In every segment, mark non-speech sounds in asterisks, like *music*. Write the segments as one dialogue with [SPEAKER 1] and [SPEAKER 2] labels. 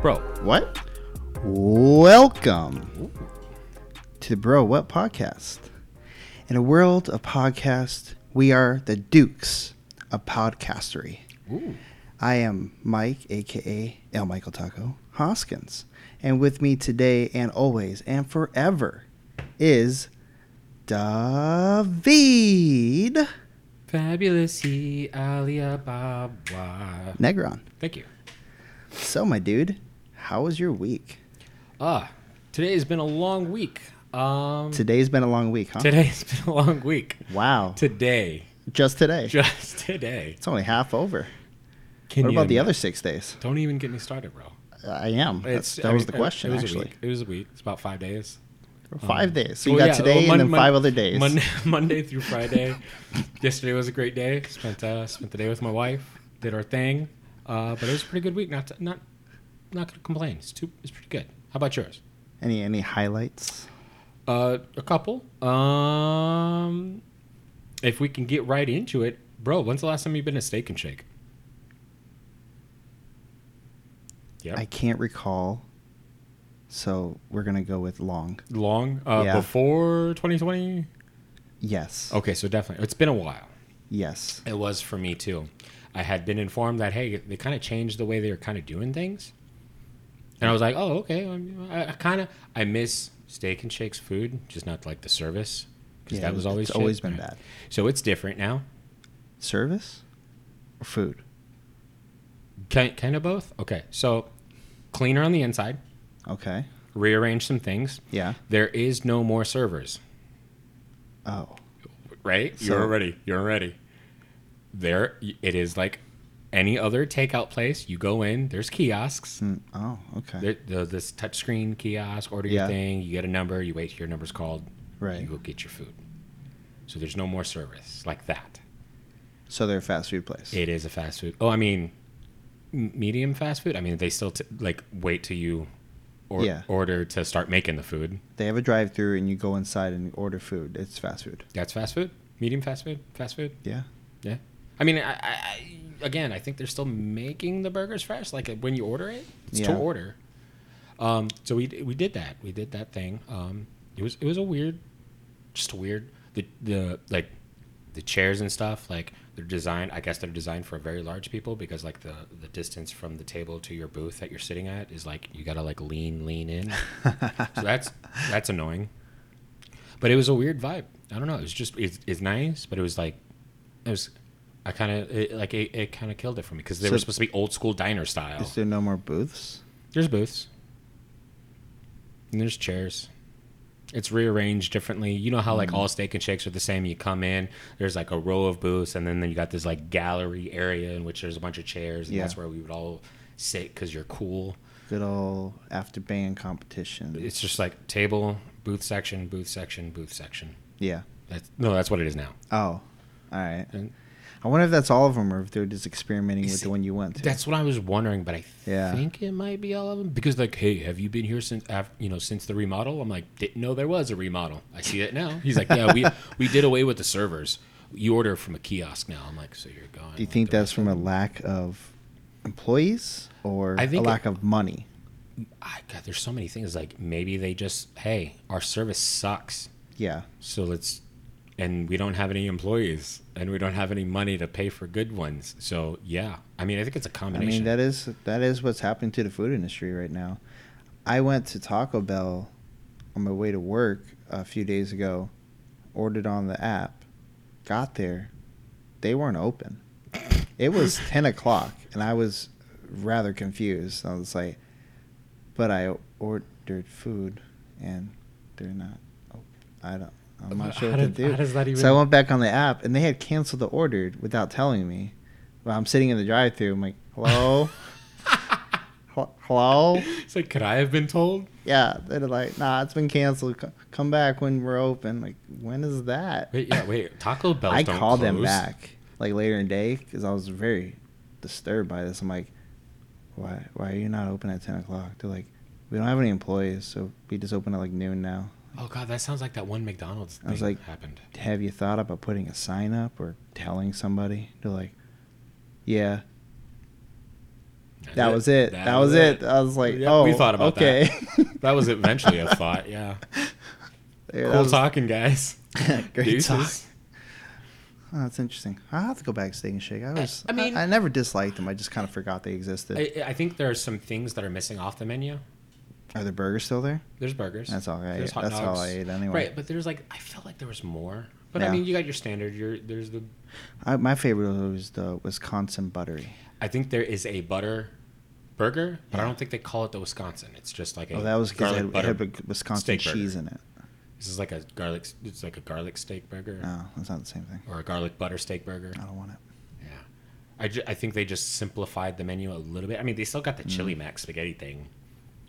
[SPEAKER 1] Bro,
[SPEAKER 2] What? Welcome to the Bro What Podcast. In a world of podcasts, we are the Dukes of Podcastery. I am Mike, aka L. Michael Taco Hoskins. And with me today and always and forever is David
[SPEAKER 1] fabulous he ah, Alibaba.
[SPEAKER 2] Negron.
[SPEAKER 1] Thank you.
[SPEAKER 2] So, my dude, how was your week?
[SPEAKER 1] Ah, today has been a long week. Um,
[SPEAKER 2] Today's been a long week, huh?
[SPEAKER 1] today has been a long week.
[SPEAKER 2] Wow.
[SPEAKER 1] Today,
[SPEAKER 2] Just today.
[SPEAKER 1] just today.
[SPEAKER 2] It's only half over.
[SPEAKER 1] Can
[SPEAKER 2] what
[SPEAKER 1] you
[SPEAKER 2] about the
[SPEAKER 1] ima-
[SPEAKER 2] other six days?
[SPEAKER 1] Don't even get me started, bro.
[SPEAKER 2] I am. That's, that
[SPEAKER 1] I
[SPEAKER 2] was
[SPEAKER 1] mean,
[SPEAKER 2] the question,
[SPEAKER 1] it was a
[SPEAKER 2] actually.
[SPEAKER 1] week. It was a week. It's about five days.
[SPEAKER 2] Five days. So you
[SPEAKER 1] Well,
[SPEAKER 2] got
[SPEAKER 1] yeah,
[SPEAKER 2] today
[SPEAKER 1] well, Mon-
[SPEAKER 2] and then
[SPEAKER 1] Mon- *laughs*
[SPEAKER 2] five other days.
[SPEAKER 1] Monday, Monday through Friday. Yesterday was a great day. Spent uh, spent the day with my wife. Did our thing. Uh, but it was a pretty good week. Not not not gonna complain. It's too. It's pretty good. How about yours?
[SPEAKER 2] Any any highlights?
[SPEAKER 1] Uh, a couple. Um, if we can get right into it, bro. When's the last time you've been to Steak and Shake? Yep.
[SPEAKER 2] I can't recall. So we're gonna go with long.
[SPEAKER 1] Long uh,
[SPEAKER 2] Yeah.
[SPEAKER 1] before 2020.
[SPEAKER 2] Yes.
[SPEAKER 1] Okay, so definitely it's been a while.
[SPEAKER 2] Yes.
[SPEAKER 1] It was for me too. I had been informed that hey, they kind of changed the way they were kind of doing things, and I was like, oh okay. I'm- I, I kind of I miss Steak and Shake's food, just not like the service because
[SPEAKER 2] Yeah,
[SPEAKER 1] that was always
[SPEAKER 2] it's
[SPEAKER 1] shit.
[SPEAKER 2] always been bad.
[SPEAKER 1] So it's different now.
[SPEAKER 2] Service or food?
[SPEAKER 1] Kind kind of both. Okay, so cleaner on the inside,
[SPEAKER 2] Okay.
[SPEAKER 1] rearrange some things.
[SPEAKER 2] Yeah.
[SPEAKER 1] There is no more servers,
[SPEAKER 2] Oh.
[SPEAKER 1] right?
[SPEAKER 2] So-
[SPEAKER 1] you're ready. You're ready. There, it is like any other takeout place. You go in. There's kiosks.
[SPEAKER 2] Mm, oh, okay.
[SPEAKER 1] There, the, this touchscreen kiosk, order
[SPEAKER 2] Yeah.
[SPEAKER 1] your thing, you get a number, you wait till your number's called,
[SPEAKER 2] Right.
[SPEAKER 1] you go get your food. So there's no more service like that.
[SPEAKER 2] so they're a fast food place.
[SPEAKER 1] It is a fast food. Oh, I mean, m- medium fast food. I mean, they still t- like wait till you or-
[SPEAKER 2] Yeah.
[SPEAKER 1] order to start making the food.
[SPEAKER 2] They have a drive through and you go inside and order food. It's fast food.
[SPEAKER 1] That's fast food. Medium fast food. Fast food.
[SPEAKER 2] Yeah. *laughs*
[SPEAKER 1] Yeah. I mean, I, I, I again, I think they're still making the burgers fresh. Like uh, when you order it, it's to
[SPEAKER 2] Yeah.
[SPEAKER 1] order. Um, so we we did that. We did that thing. Um, it was it was a weird, just a weird. The the like the chairs and stuff like they're designed. I guess they're designed for very large people because like the the distance from the table to your booth that you're sitting at is like you gotta like lean lean in. so that's that's annoying. But it was a weird vibe. I don't know. It was just it's, it's nice, but it was like it was. I kind of like it, it kind of killed it for me because they
[SPEAKER 2] So-
[SPEAKER 1] were supposed to be old school diner style.
[SPEAKER 2] Is there no more booths?
[SPEAKER 1] There's booths. And there's chairs. It's rearranged differently. You know how
[SPEAKER 2] Mm-hmm.
[SPEAKER 1] like all steak and shakes are the same. You come in, there's like a row of booths, and then, then you got this like gallery area in which there's a bunch of chairs, and
[SPEAKER 2] Yeah.
[SPEAKER 1] that's where we would all sit because you're cool.
[SPEAKER 2] Good old after band competition.
[SPEAKER 1] It's just like table, booth section, booth section, booth section.
[SPEAKER 2] yeah.
[SPEAKER 1] That's no, that's what it is now.
[SPEAKER 2] Oh, all right.
[SPEAKER 1] And-
[SPEAKER 2] I wonder if that's all of them, or if they're just experimenting with
[SPEAKER 1] see,
[SPEAKER 2] the one you went to.
[SPEAKER 1] That's what I was wondering, but I
[SPEAKER 2] Yeah.
[SPEAKER 1] think it might be all of them because like, hey, have you been here since af you know since the remodel? I'm like, didn't know there was a remodel. I see it now. He's like, yeah,
[SPEAKER 2] *laughs*
[SPEAKER 1] we we did away with the servers. You order from a kiosk now. I'm like, so you're gone.
[SPEAKER 2] Do you think that's from a lack of employees or
[SPEAKER 1] I
[SPEAKER 2] a
[SPEAKER 1] think
[SPEAKER 2] lack of money?
[SPEAKER 1] I, God, there's so many things. Like maybe they just, hey, our service sucks,
[SPEAKER 2] Yeah,
[SPEAKER 1] so let's, and we don't have any employees, and we don't have any money to pay for good ones. So yeah, I mean, I think it's a
[SPEAKER 2] I
[SPEAKER 1] combination.
[SPEAKER 2] mean that is that is what's happening to the food industry right now. I went to Taco Bell on my way to work a few days ago, ordered on the app, got there, they weren't open. It was *laughs* ten o'clock, and I was rather confused. I was like, "But I ordered food, and they're not open. I don't. I'm not
[SPEAKER 1] How
[SPEAKER 2] sure what to
[SPEAKER 1] did-
[SPEAKER 2] do."
[SPEAKER 1] how does that
[SPEAKER 2] So I
[SPEAKER 1] even-
[SPEAKER 2] went back on the app, and they had canceled the order without telling me. Well, I'm sitting in the drive-through. I'm like,
[SPEAKER 1] *laughs*
[SPEAKER 2] "Hello, Hel- hello."
[SPEAKER 1] it's like, could I have been told?
[SPEAKER 2] Yeah, they're like, "Nah, it's been canceled. C- Come back when we're open." Like, when is that?
[SPEAKER 1] Wait, yeah, wait. Taco Bell.
[SPEAKER 2] I
[SPEAKER 1] don't
[SPEAKER 2] called them
[SPEAKER 1] close.
[SPEAKER 2] back like later in the day because I was very disturbed by this. I'm like, why why are you not open at ten o'clock? They're like, we don't have any employees, so we just open at like noon now.
[SPEAKER 1] Oh god, that sounds like that one McDonald's thing
[SPEAKER 2] I was like-
[SPEAKER 1] happened.
[SPEAKER 2] Have you thought about putting a sign up or telling somebody? They're like, yeah. That was it. That, was it. I was like,
[SPEAKER 1] Yeah,
[SPEAKER 2] oh,
[SPEAKER 1] we thought about
[SPEAKER 2] okay.
[SPEAKER 1] *laughs* That was eventually
[SPEAKER 2] *laughs*
[SPEAKER 1] a thought. Yeah.
[SPEAKER 2] Yeah, that
[SPEAKER 1] cool
[SPEAKER 2] was-
[SPEAKER 1] talking, guys.
[SPEAKER 2] *laughs* Great
[SPEAKER 1] Deuces.
[SPEAKER 2] talk. Oh, that's interesting. I have to go back to Steak and Shake. I was.
[SPEAKER 1] I
[SPEAKER 2] I
[SPEAKER 1] mean-
[SPEAKER 2] mean, I, never disliked them. I just kind of forgot they existed.
[SPEAKER 1] I, I think there are some things that are missing off the menu.
[SPEAKER 2] Are the burgers still there?
[SPEAKER 1] There's burgers.
[SPEAKER 2] That's all I
[SPEAKER 1] There's
[SPEAKER 2] ate.
[SPEAKER 1] hot
[SPEAKER 2] That's all
[SPEAKER 1] dogs.
[SPEAKER 2] I ate anyway.
[SPEAKER 1] Right, but there's like I felt like there was more. But I
[SPEAKER 2] Yeah.
[SPEAKER 1] mean, you got your standard. Your there's the.
[SPEAKER 2] I, my favorite was always the Wisconsin buttery.
[SPEAKER 1] I think there is a butter burger, but I
[SPEAKER 2] Yeah.
[SPEAKER 1] don't think they call it the Wisconsin. It's just like a.
[SPEAKER 2] Oh, that was because
[SPEAKER 1] garlic
[SPEAKER 2] it, had-
[SPEAKER 1] butter.
[SPEAKER 2] it had a Wisconsin
[SPEAKER 1] steak burger.
[SPEAKER 2] cheese in it.
[SPEAKER 1] This is like a garlic. It's like a garlic steak burger
[SPEAKER 2] No, that's not the same thing.
[SPEAKER 1] or a garlic butter steak burger.
[SPEAKER 2] I don't want it.
[SPEAKER 1] Yeah, I, ju- I think they just simplified the menu a little bit. I mean, they still got the
[SPEAKER 2] Mm.
[SPEAKER 1] chili mac spaghetti thing.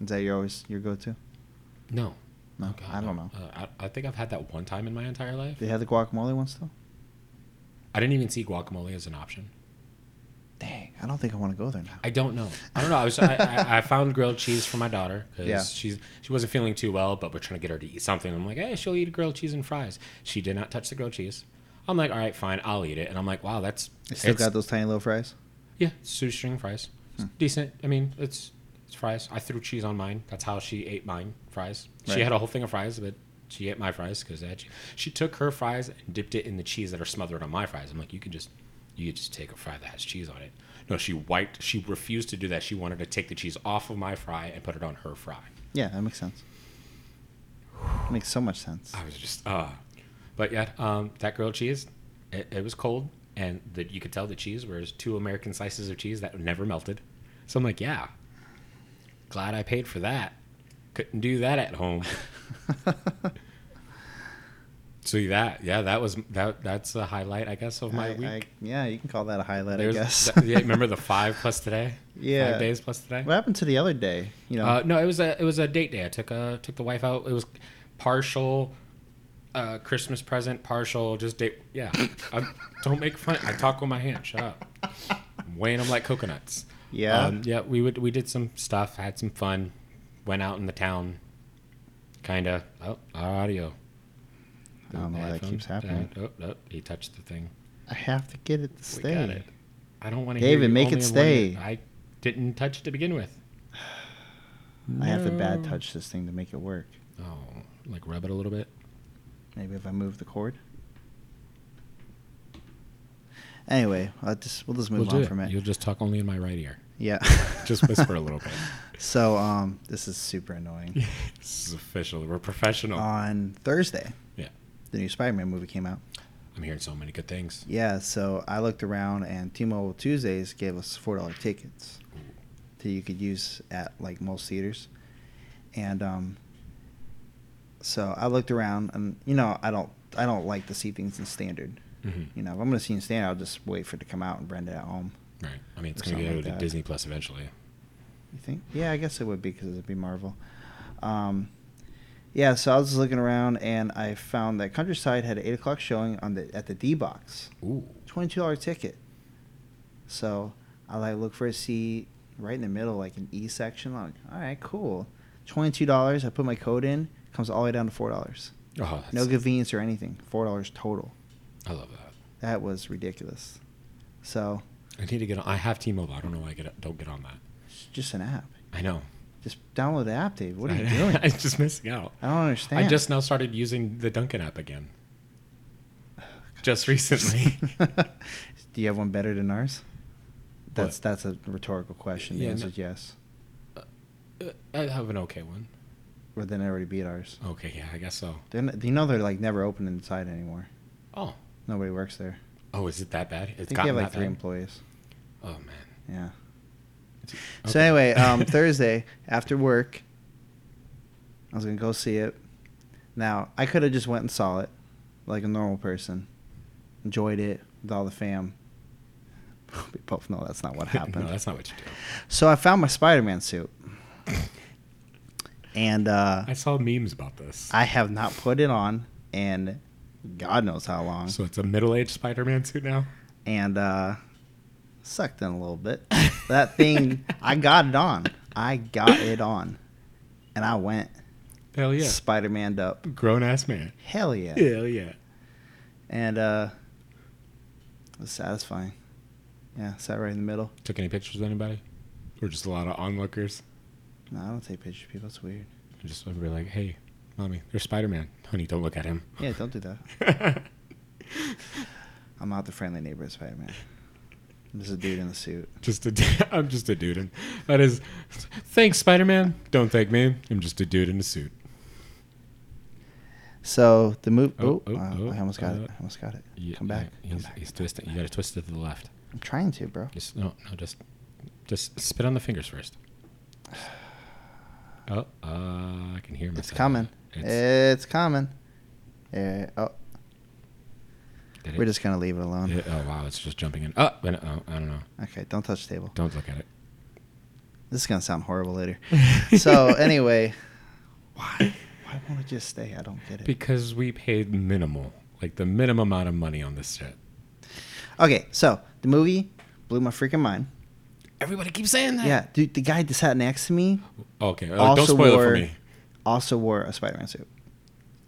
[SPEAKER 2] Is that your always your go-to?
[SPEAKER 1] No,
[SPEAKER 2] No,
[SPEAKER 1] Oh, God,
[SPEAKER 2] I don't know.
[SPEAKER 1] Uh, I, I think I've had that one time in my entire life.
[SPEAKER 2] They had the guacamole one still.
[SPEAKER 1] I didn't even see guacamole as an option.
[SPEAKER 2] Oh. Dang, I don't think I want to go there now.
[SPEAKER 1] I don't know. I don't know. I was I, I, I found grilled cheese for my daughter because
[SPEAKER 2] Yeah.
[SPEAKER 1] she's she wasn't feeling too well, but we're trying to get her to eat something. I'm like, hey, she'll eat grilled cheese and fries. She did not touch the grilled cheese. I'm like, all right, fine, I'll eat it. And I'm like, wow, that's
[SPEAKER 2] They still
[SPEAKER 1] it's-
[SPEAKER 2] got those tiny little fries.
[SPEAKER 1] yeah, shoestring fries. It's decent. I mean, it's it's fries. I threw cheese on mine. That's how she ate mine fries. She
[SPEAKER 2] Right.
[SPEAKER 1] had a whole thing of fries, but she ate my fries because she, she took her fries and dipped it in the cheese that are smothered on my fries. I'm like, you can just you could just take a fry that has cheese on it. No, she wiped. She refused to do that. She wanted to take the cheese off of my fry and put it on her fry.
[SPEAKER 2] Yeah, that makes sense. makes so much sense.
[SPEAKER 1] I was just uh but yeah, um, that grilled cheese, it, it was cold, and the, you could tell the cheese was two American slices of cheese that never melted. So I'm like, yeah, glad I paid for that. Couldn't do that at
[SPEAKER 2] *laughs*
[SPEAKER 1] home. so that, yeah, that was that. That's the highlight, I guess, of my
[SPEAKER 2] I-
[SPEAKER 1] week.
[SPEAKER 2] I- yeah, you can call that a highlight,
[SPEAKER 1] There's-
[SPEAKER 2] I guess.
[SPEAKER 1] th- yeah, remember
[SPEAKER 2] *laughs*
[SPEAKER 1] the five plus today?
[SPEAKER 2] Yeah.
[SPEAKER 1] five days plus today.
[SPEAKER 2] What happened to the other day? You know,
[SPEAKER 1] Uh, no, it was a it was a date day. I took uh took the wife out. It was partial uh, Christmas present, partial just date.
[SPEAKER 2] *laughs*
[SPEAKER 1] Yeah, I, don't make fun. I talk with my hand. Shut up. I'm weighing them like coconuts.
[SPEAKER 2] yeah,
[SPEAKER 1] um, yeah. We would we did some stuff, had some fun, went out in the town. Kinda. Oh, our audio.
[SPEAKER 2] I don't know why that
[SPEAKER 1] Headphones
[SPEAKER 2] keeps happening.
[SPEAKER 1] died. Oh, oh, he touched the thing.
[SPEAKER 2] I have to get it to
[SPEAKER 1] We
[SPEAKER 2] stay.
[SPEAKER 1] got it. I don't want to.
[SPEAKER 2] David, make it stay.
[SPEAKER 1] I didn't touch it to begin with.
[SPEAKER 2] I have to bad
[SPEAKER 1] No.
[SPEAKER 2] touch this thing to make it work.
[SPEAKER 1] Oh, like rub it a little bit.
[SPEAKER 2] Maybe if I move the cord. Anyway, I'll just, we'll just move
[SPEAKER 1] We'll do
[SPEAKER 2] on
[SPEAKER 1] it.
[SPEAKER 2] from it.
[SPEAKER 1] You'll just talk only in my right ear.
[SPEAKER 2] yeah.
[SPEAKER 1] *laughs* Just whisper a little bit.
[SPEAKER 2] *laughs* So, um, this is super annoying.
[SPEAKER 1] this is official. We're professional.
[SPEAKER 2] On Thursday,
[SPEAKER 1] yeah.
[SPEAKER 2] the new Spider-Man movie came out.
[SPEAKER 1] I'm hearing so many good things.
[SPEAKER 2] Yeah, so I looked around, and T-Mobile Tuesdays gave us four dollar tickets that you could use at like most theaters, and um, so I looked around, and you know I don't I don't like to see things in standard.
[SPEAKER 1] hmm
[SPEAKER 2] You know, if I'm gonna see it in standard, I'll just wait for it to come out and rent it at home.
[SPEAKER 1] Right. I mean, it's
[SPEAKER 2] Or
[SPEAKER 1] going to
[SPEAKER 2] something
[SPEAKER 1] go
[SPEAKER 2] like
[SPEAKER 1] to
[SPEAKER 2] that.
[SPEAKER 1] Disney Plus eventually.
[SPEAKER 2] You think? Yeah, I guess it would be because it'd be Marvel. Um, yeah, so I was looking around, and I found that Countryside had an eight o'clock showing on the at the D box.
[SPEAKER 1] Ooh.
[SPEAKER 2] twenty-two dollar ticket. So I like look for a seat right in the middle, like an E section. I'm like, all right, cool. Twenty-two dollars. I put my code in. Comes all the way down to four dollars.
[SPEAKER 1] Oh, that's,
[SPEAKER 2] No convenience or anything. Four dollars total.
[SPEAKER 1] I love that.
[SPEAKER 2] That was ridiculous. So
[SPEAKER 1] I need to get on. I have T-Mobile. I don't know why I get don't get on that.
[SPEAKER 2] it's just an app.
[SPEAKER 1] I know.
[SPEAKER 2] Just download the app, Dave. What are
[SPEAKER 1] *laughs*
[SPEAKER 2] you
[SPEAKER 1] I-
[SPEAKER 2] doing?
[SPEAKER 1] I'm just missing out.
[SPEAKER 2] I don't understand.
[SPEAKER 1] I
[SPEAKER 2] *laughs*
[SPEAKER 1] just now started using the Duncan app again. Just recently.
[SPEAKER 2] *laughs* Do you have one better than ours? That's
[SPEAKER 1] What?
[SPEAKER 2] that's a rhetorical question. The
[SPEAKER 1] Yeah,
[SPEAKER 2] answer
[SPEAKER 1] no-
[SPEAKER 2] is yes.
[SPEAKER 1] Uh, I have an okay one.
[SPEAKER 2] But then it already beat ours.
[SPEAKER 1] Okay, yeah, I guess so.
[SPEAKER 2] They're not, you know they're like never open inside anymore.
[SPEAKER 1] Oh,
[SPEAKER 2] Nobody works there.
[SPEAKER 1] oh, is it that bad? It's
[SPEAKER 2] I think they have
[SPEAKER 1] gotten
[SPEAKER 2] like
[SPEAKER 1] that
[SPEAKER 2] three
[SPEAKER 1] bad?
[SPEAKER 2] employees.
[SPEAKER 1] Oh man.
[SPEAKER 2] Yeah. So
[SPEAKER 1] Okay.
[SPEAKER 2] anyway,
[SPEAKER 1] *laughs*
[SPEAKER 2] um, Thursday after work, I was gonna go see it. Now I could have just went and saw it, like a normal person, enjoyed it with all the fam. *laughs* We both know that's not what happened.
[SPEAKER 1] no, that's not what *laughs* you do.
[SPEAKER 2] So I found my Spider-Man
[SPEAKER 1] *laughs*
[SPEAKER 2] suit, and uh,
[SPEAKER 1] I saw memes about this.
[SPEAKER 2] I have not put it on, and God knows how long,
[SPEAKER 1] so it's a middle-aged Spider-Man suit now.
[SPEAKER 2] and uh, sucked in a little bit. *laughs* that
[SPEAKER 1] *laughs*
[SPEAKER 2] thing i got it on i got it on and i went
[SPEAKER 1] Hell yeah.
[SPEAKER 2] spider-man up
[SPEAKER 1] Grown ass man.
[SPEAKER 2] hell yeah,
[SPEAKER 1] Hell yeah.
[SPEAKER 2] and uh it was satisfying yeah sat right in the middle
[SPEAKER 1] Took any pictures of anybody? We're just a lot of onlookers.
[SPEAKER 2] No, I don't take pictures of people. That's weird.
[SPEAKER 1] Just everybody like, hey, mommy, there's Spider Man. Honey, don't look at him. *laughs*
[SPEAKER 2] Yeah, don't do that. I'm not the friendly neighbor of Spider Man. I'm just a dude in a suit.
[SPEAKER 1] just a, *laughs* d- I'm just a dude. In, that is, thanks, Spider Man. Don't thank me. I'm just a dude in a suit.
[SPEAKER 2] So the move.
[SPEAKER 1] Oh,
[SPEAKER 2] Oh,
[SPEAKER 1] oh,
[SPEAKER 2] wow,
[SPEAKER 1] oh,
[SPEAKER 2] I almost got
[SPEAKER 1] uh,
[SPEAKER 2] it. I almost got it.
[SPEAKER 1] Yeah,
[SPEAKER 2] Come back.
[SPEAKER 1] yeah,
[SPEAKER 2] Come
[SPEAKER 1] he's,
[SPEAKER 2] back.
[SPEAKER 1] he's twisting. You got to twist it to the left.
[SPEAKER 2] I'm trying to, bro.
[SPEAKER 1] Just no, no, just, just spit on the fingers first. *sighs* Oh, uh, I can hear myself.
[SPEAKER 2] It's coming. Eh, It's,
[SPEAKER 1] It's-
[SPEAKER 2] coming. Yeah. Oh,
[SPEAKER 1] did
[SPEAKER 2] we're
[SPEAKER 1] it-
[SPEAKER 2] just gonna leave it alone.
[SPEAKER 1] it- oh wow, it's just jumping in. Oh, and, oh, I don't know.
[SPEAKER 2] Okay, don't touch the table.
[SPEAKER 1] Don't look at it.
[SPEAKER 2] This is gonna sound
[SPEAKER 1] *laughs*
[SPEAKER 2] horrible later. *laughs* so anyway, why? Why won't it just stay? I don't get it.
[SPEAKER 1] Because we paid minimal, like the minimum amount of money on this shit.
[SPEAKER 2] Okay, so the movie blew my freaking mind.
[SPEAKER 1] Everybody keeps saying that.
[SPEAKER 2] Yeah, dude, the guy that sat next to me
[SPEAKER 1] Okay. like,
[SPEAKER 2] also
[SPEAKER 1] don't spoil it
[SPEAKER 2] wore
[SPEAKER 1] for me.
[SPEAKER 2] also wore a Spider-Man suit.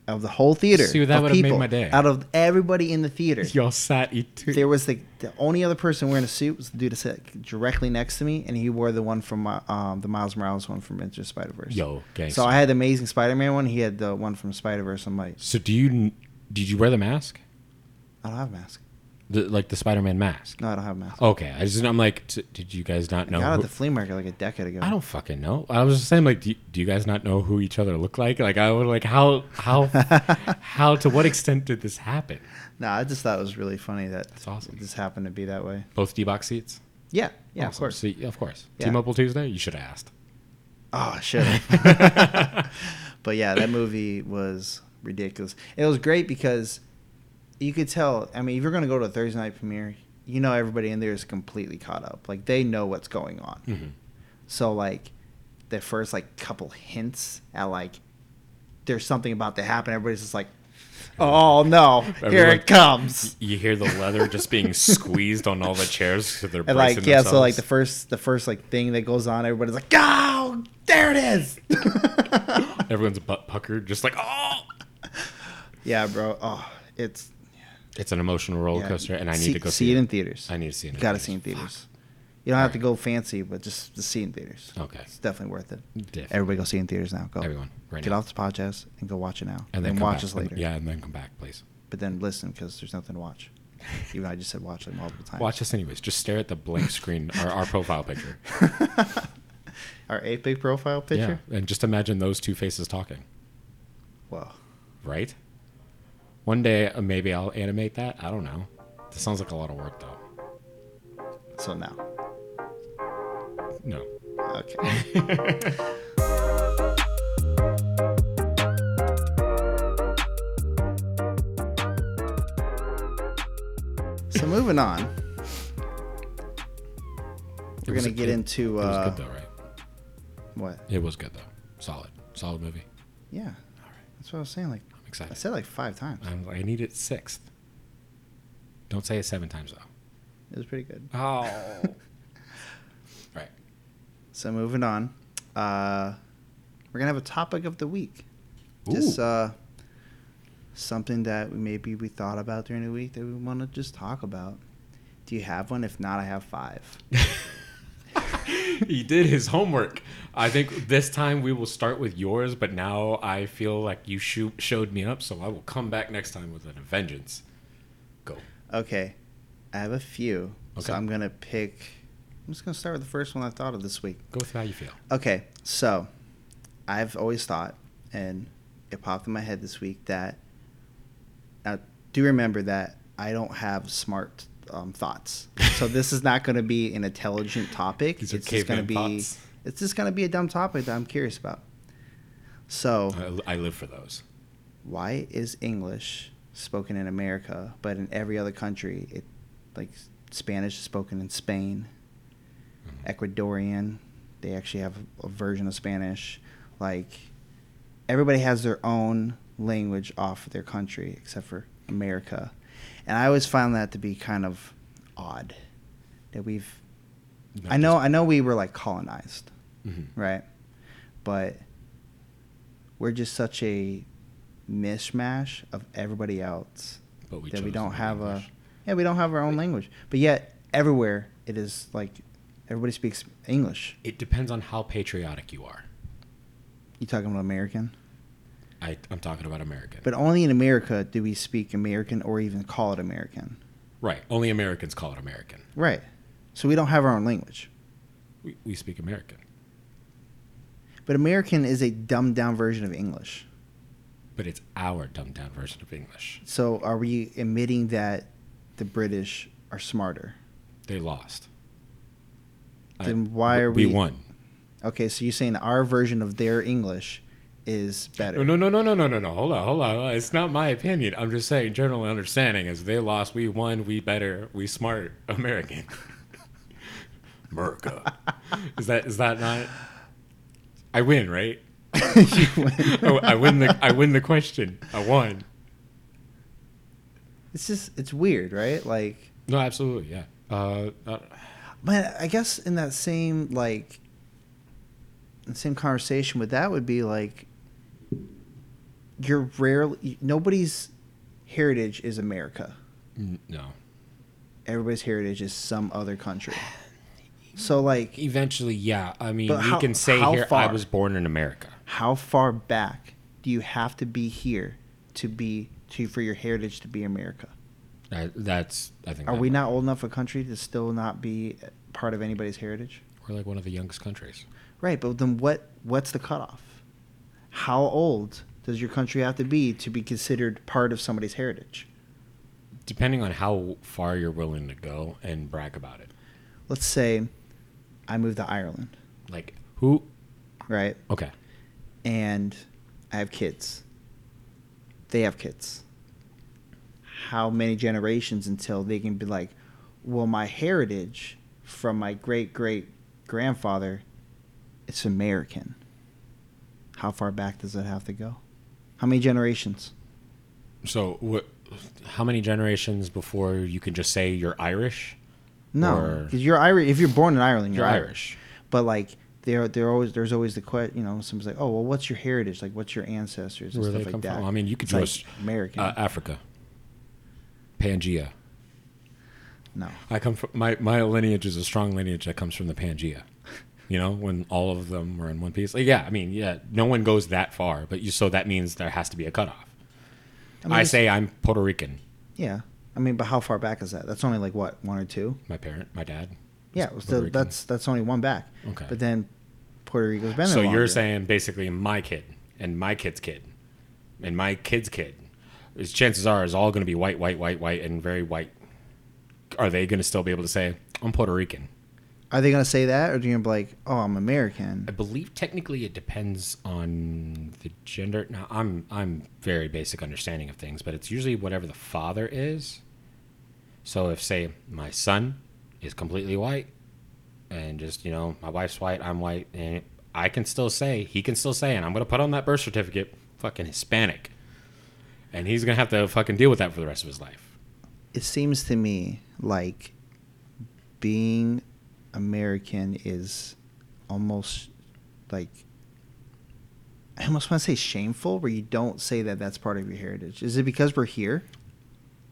[SPEAKER 2] Of the whole theater,
[SPEAKER 1] See, that
[SPEAKER 2] of
[SPEAKER 1] would've made
[SPEAKER 2] people,
[SPEAKER 1] my day.
[SPEAKER 2] Out of everybody in the theater,
[SPEAKER 1] Y'all sat eat too.
[SPEAKER 2] there was the, the only other person wearing a suit was the dude that sat directly next to me, and he wore the one from my, um, the Miles Morales one from Into Spider Verse.
[SPEAKER 1] Yo, gang.
[SPEAKER 2] So I had the Amazing Spider-Man one. He had the one from Spider Verse. I'm like,
[SPEAKER 1] So do you? n- Did you wear the mask?
[SPEAKER 2] I don't have a mask.
[SPEAKER 1] The, like the Spider-Man mask.
[SPEAKER 2] No, I don't have a mask.
[SPEAKER 1] Okay, I just I'm like, t- did you guys not know?
[SPEAKER 2] I got it
[SPEAKER 1] who-
[SPEAKER 2] at the flea market like a decade ago.
[SPEAKER 1] I don't fucking know. I was just saying, like, do you, do you guys not know who each other look like? Like, I was like, how,
[SPEAKER 2] *laughs*
[SPEAKER 1] how, how, to what extent did this happen?
[SPEAKER 2] No, I just thought it was really funny that
[SPEAKER 1] That's awesome.
[SPEAKER 2] it just happened to be that way.
[SPEAKER 1] Both D box seats.
[SPEAKER 2] Yeah, yeah, of
[SPEAKER 1] Awesome.
[SPEAKER 2] course.
[SPEAKER 1] So, yeah, of course.
[SPEAKER 2] Yeah.
[SPEAKER 1] Team Up Tuesday. You should have asked.
[SPEAKER 2] Oh,
[SPEAKER 1] *laughs*
[SPEAKER 2] *laughs* shit. but yeah, that movie was ridiculous. It was great because you could tell. I mean, if you're going to go to a Thursday night premiere, you know everybody in there is completely caught up. Like they know what's going on.
[SPEAKER 1] Mhm.
[SPEAKER 2] So like the first like couple hints at like there's something about to happen. Everybody's just like, oh no, here
[SPEAKER 1] Everyone- *laughs*
[SPEAKER 2] it comes.
[SPEAKER 1] You hear the leather just being squeezed on all the chairs because they're
[SPEAKER 2] And like yeah, so like the first the first like thing that goes on, everybody's like, oh, there it is. *laughs*
[SPEAKER 1] everyone's butt puckered, just like oh.
[SPEAKER 2] yeah, bro. Oh, it's
[SPEAKER 1] It's an emotional roller
[SPEAKER 2] yeah.
[SPEAKER 1] coaster, and I need
[SPEAKER 2] see,
[SPEAKER 1] to go
[SPEAKER 2] see it in theaters.
[SPEAKER 1] I need to see it. in
[SPEAKER 2] you gotta
[SPEAKER 1] theaters.
[SPEAKER 2] see it in
[SPEAKER 1] Fuck.
[SPEAKER 2] theaters. You don't have to go fancy, but just to see it in theaters.
[SPEAKER 1] Okay.
[SPEAKER 2] it's definitely worth it.
[SPEAKER 1] Definitely.
[SPEAKER 2] Everybody go see it in theaters now. Go
[SPEAKER 1] Everyone, right
[SPEAKER 2] get
[SPEAKER 1] now.
[SPEAKER 2] off the podcast and go watch it now,
[SPEAKER 1] And then come
[SPEAKER 2] watch
[SPEAKER 1] back.
[SPEAKER 2] us later.
[SPEAKER 1] Yeah, and then come back, please.
[SPEAKER 2] but then listen because there's nothing
[SPEAKER 1] *laughs*
[SPEAKER 2] to watch. Even though I just said watch like multiple times.
[SPEAKER 1] Watch us anyways. Just stare at the blank
[SPEAKER 2] *laughs*
[SPEAKER 1] screen or our profile picture.
[SPEAKER 2] Our eight big profile picture.
[SPEAKER 1] Yeah, and just imagine those two faces talking,
[SPEAKER 2] Wow.
[SPEAKER 1] right? One day, uh, maybe I'll animate that. I don't know. This sounds like a lot of work, though.
[SPEAKER 2] So now,
[SPEAKER 1] No. *laughs*
[SPEAKER 2] okay. so moving on,
[SPEAKER 1] It
[SPEAKER 2] we're
[SPEAKER 1] was-
[SPEAKER 2] gonna get
[SPEAKER 1] it- It
[SPEAKER 2] into
[SPEAKER 1] was
[SPEAKER 2] uh,
[SPEAKER 1] good though, right?
[SPEAKER 2] what?
[SPEAKER 1] It was good though. Solid, solid movie.
[SPEAKER 2] Yeah. That's what I was saying. Like
[SPEAKER 1] I'm
[SPEAKER 2] I
[SPEAKER 1] excited.
[SPEAKER 2] said like five times.
[SPEAKER 1] I'm, I need it sixth. Don't say it seven times though.
[SPEAKER 2] It was pretty good.
[SPEAKER 1] Oh. *laughs* right.
[SPEAKER 2] So moving on, uh, we're gonna have a topic of the week.
[SPEAKER 1] Ooh.
[SPEAKER 2] Just uh, something that we- maybe we thought about during the week that we want to just talk about. Do you have one? If not, I have five.
[SPEAKER 1] *laughs* he did his homework. I think this time we will start with yours, but now I feel like you shoo- showed me up, so I will come back next time with a vengeance. Go.
[SPEAKER 2] Okay, I have a few.
[SPEAKER 1] Okay.
[SPEAKER 2] So I'm gonna pick. I'm just gonna start with the first one I thought of this week.
[SPEAKER 1] Go with how you feel.
[SPEAKER 2] Okay, so I've always thought, and it popped in my head this week that I do remember that I don't have smart um, thoughts.
[SPEAKER 1] *laughs*
[SPEAKER 2] So this is not going to be an intelligent topic.
[SPEAKER 1] These are
[SPEAKER 2] it's just going to be
[SPEAKER 1] caveman thoughts.
[SPEAKER 2] it's just going to be a dumb topic that I'm curious about. So
[SPEAKER 1] I, I live for those.
[SPEAKER 2] why is English spoken in America, but in every other country, it like Spanish is spoken in Spain,
[SPEAKER 1] Mm-hmm.
[SPEAKER 2] Ecuadorian, they actually have a version of Spanish. Like everybody has their own language off their country except for America, and I always find that to be kind of odd that we've.
[SPEAKER 1] Not
[SPEAKER 2] I know, I know, we were like colonized
[SPEAKER 1] just- Mhm.
[SPEAKER 2] right? But we're just such a mishmash of everybody else
[SPEAKER 1] But we
[SPEAKER 2] that we
[SPEAKER 1] chose
[SPEAKER 2] don't
[SPEAKER 1] the
[SPEAKER 2] have
[SPEAKER 1] English.
[SPEAKER 2] a yeah we don't have our own language. But yet everywhere it is like Everybody speaks English.
[SPEAKER 1] It depends on how patriotic you are.
[SPEAKER 2] You talking about American?
[SPEAKER 1] I, I'm talking about American.
[SPEAKER 2] But only in America do we speak American or even call it American.
[SPEAKER 1] right. Only Americans call it American.
[SPEAKER 2] Right. So we don't have our own language.
[SPEAKER 1] We, we speak American.
[SPEAKER 2] But American is a dumbed down version of English.
[SPEAKER 1] But it's our dumbed down version of English.
[SPEAKER 2] So are we admitting that the British are smarter?
[SPEAKER 1] They lost.
[SPEAKER 2] Then why are
[SPEAKER 1] We
[SPEAKER 2] we-
[SPEAKER 1] won.
[SPEAKER 2] Okay, so you're saying our version of their English is better.
[SPEAKER 1] No,
[SPEAKER 2] *laughs*
[SPEAKER 1] no, no, no, no, no, no, no. Hold on, hold on. hold on. It's not my opinion. I'm just saying general understanding is they lost, we won, we better, we smart *laughs* American. America. *laughs* is that is that not? I win, right? *laughs*
[SPEAKER 2] You win.
[SPEAKER 1] Oh, I, I win the I win the question. I won.
[SPEAKER 2] *laughs* It's just it's weird, right? Like
[SPEAKER 1] No, absolutely, yeah. Uh, uh,
[SPEAKER 2] but I guess in that same like the same conversation with that would be like you're rarely nobody's heritage is America.
[SPEAKER 1] n- no.
[SPEAKER 2] Everybody's heritage is some other country. So like
[SPEAKER 1] Eventually, yeah. I mean,
[SPEAKER 2] But
[SPEAKER 1] you
[SPEAKER 2] how-
[SPEAKER 1] can say
[SPEAKER 2] how
[SPEAKER 1] here I
[SPEAKER 2] far?
[SPEAKER 1] was born in America.
[SPEAKER 2] how far back do you have to be here to be to for your heritage to be America?
[SPEAKER 1] That, that's I think.
[SPEAKER 2] Are
[SPEAKER 1] that-
[SPEAKER 2] we not old enough a country to still not be part of anybody's heritage?
[SPEAKER 1] We're like one of the youngest countries.
[SPEAKER 2] Right, but then what? What's the cutoff? How old does your country have to be to be considered part of somebody's heritage?
[SPEAKER 1] Depending on how far you're willing to go and brag about it,
[SPEAKER 2] Let's say I moved to Ireland,
[SPEAKER 1] like who?
[SPEAKER 2] right,
[SPEAKER 1] Okay.
[SPEAKER 2] and I have kids. They have kids. How many generations until they can be like, well, my heritage from my great great grandfather, it's American. How far back does that have to go? How many generations?
[SPEAKER 1] So what? How many generations before you can just say you're Irish?
[SPEAKER 2] No,
[SPEAKER 1] Or-
[SPEAKER 2] because you're Irish. If you're born in Ireland,
[SPEAKER 1] You're
[SPEAKER 2] you're,
[SPEAKER 1] Irish.
[SPEAKER 2] Irish. But like, there, there always, there's always the question. You know, someone's like, "Oh, well, what's your heritage? Like, what's your ancestors and
[SPEAKER 1] Where
[SPEAKER 2] stuff
[SPEAKER 1] they
[SPEAKER 2] like
[SPEAKER 1] come
[SPEAKER 2] that?"
[SPEAKER 1] from? I mean, you could
[SPEAKER 2] It's like
[SPEAKER 1] just
[SPEAKER 2] American.
[SPEAKER 1] uh, Africa, Pangea.
[SPEAKER 2] no,
[SPEAKER 1] I come from my my lineage is a strong lineage that comes from the Pangea. You know, when all of them were in one piece. Like, yeah, I mean, yeah, no one goes that far, but you so that means there has to be a cutoff.
[SPEAKER 2] mean,
[SPEAKER 1] I
[SPEAKER 2] it's-
[SPEAKER 1] say I'm Puerto Rican.
[SPEAKER 2] yeah. I mean, but how far back is that? That's only like what one or two.
[SPEAKER 1] My parent, my dad,
[SPEAKER 2] Yeah,
[SPEAKER 1] Puerto
[SPEAKER 2] so
[SPEAKER 1] Rican.
[SPEAKER 2] that's that's only one back.
[SPEAKER 1] Okay.
[SPEAKER 2] But then Puerto Rico's been there.
[SPEAKER 1] So
[SPEAKER 2] longer.
[SPEAKER 1] you're saying basically my kid and my kid's kid and my kid's kid. Is chances are is all going to be white, white, white, white, and very white. Are they going to still be able to say I'm Puerto Rican?
[SPEAKER 2] are they gonna say that, or are you gonna be like, "Oh, I'm American"?
[SPEAKER 1] I believe technically it depends on the gender. Now I'm I'm very basic understanding of things, but it's usually whatever the father is. So if say my son is completely white, and just you know my wife's white, I'm white, and I can still say he can still say, and I'm gonna put on that birth certificate, fucking Hispanic, and he's gonna have to fucking deal with that for the rest of his life.
[SPEAKER 2] It seems to me like being American is almost like I almost want to say shameful, where you don't say that that's part of your heritage. Is it because we're here?